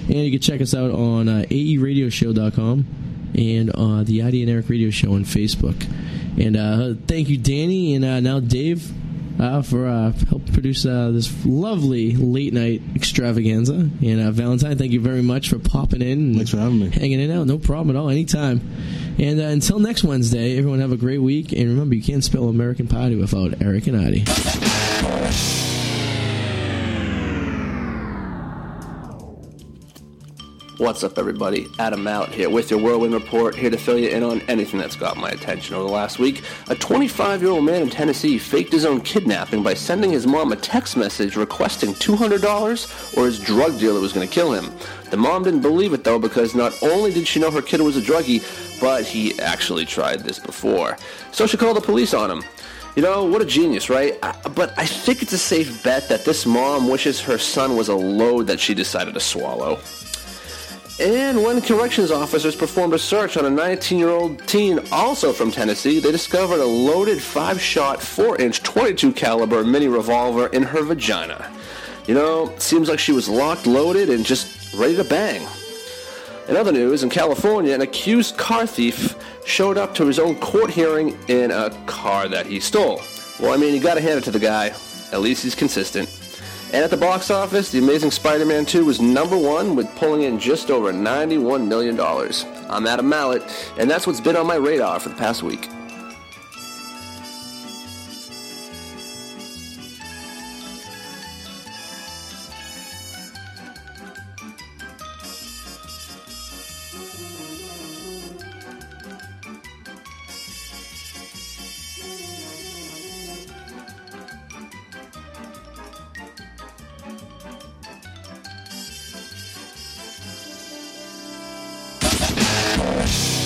Speaker 6: And you can check us out on uh, aeradioshow.com and uh, the Adi and Eric radio show on Facebook. And uh, thank you, Danny, and uh, now Dave. Uh, for uh, help produce uh, this lovely late night extravaganza and uh, Valentine, thank you very much for popping in.
Speaker 8: Thanks for having me.
Speaker 6: Hanging it out, no problem at all, anytime. And uh, until next Wednesday, everyone have a great week. And remember, you can't spell American Party without Eric and Adi.
Speaker 9: What's up, everybody? Adam out here with your Whirlwind Report, here to fill you in on anything that's got my attention over the last week. A 25 year old man in Tennessee faked his own kidnapping by sending his mom a text message requesting $200 or his drug dealer was going to kill him. The mom didn't believe it, though, because not only did she know her kid was a druggie, but he actually tried this before. So she called the police on him. You know, what a genius, right? I, but I think it's a safe bet that this mom wishes her son was a load that she decided to swallow. And when corrections officers performed a search on a 19 year old teen also from Tennessee, they discovered a loaded 5 shot 4 inch 22 caliber mini revolver in her vagina. You know, seems like she was locked, loaded, and just ready to bang. In other news, in California, an accused car thief showed up to his own court hearing in a car that he stole. Well, I mean, you gotta hand it to the guy. At least he's consistent. And at the box office, The Amazing Spider Man 2 was number one with pulling in just over $91 million. I'm Adam Mallet, and that's what's been on my radar for the past week. America.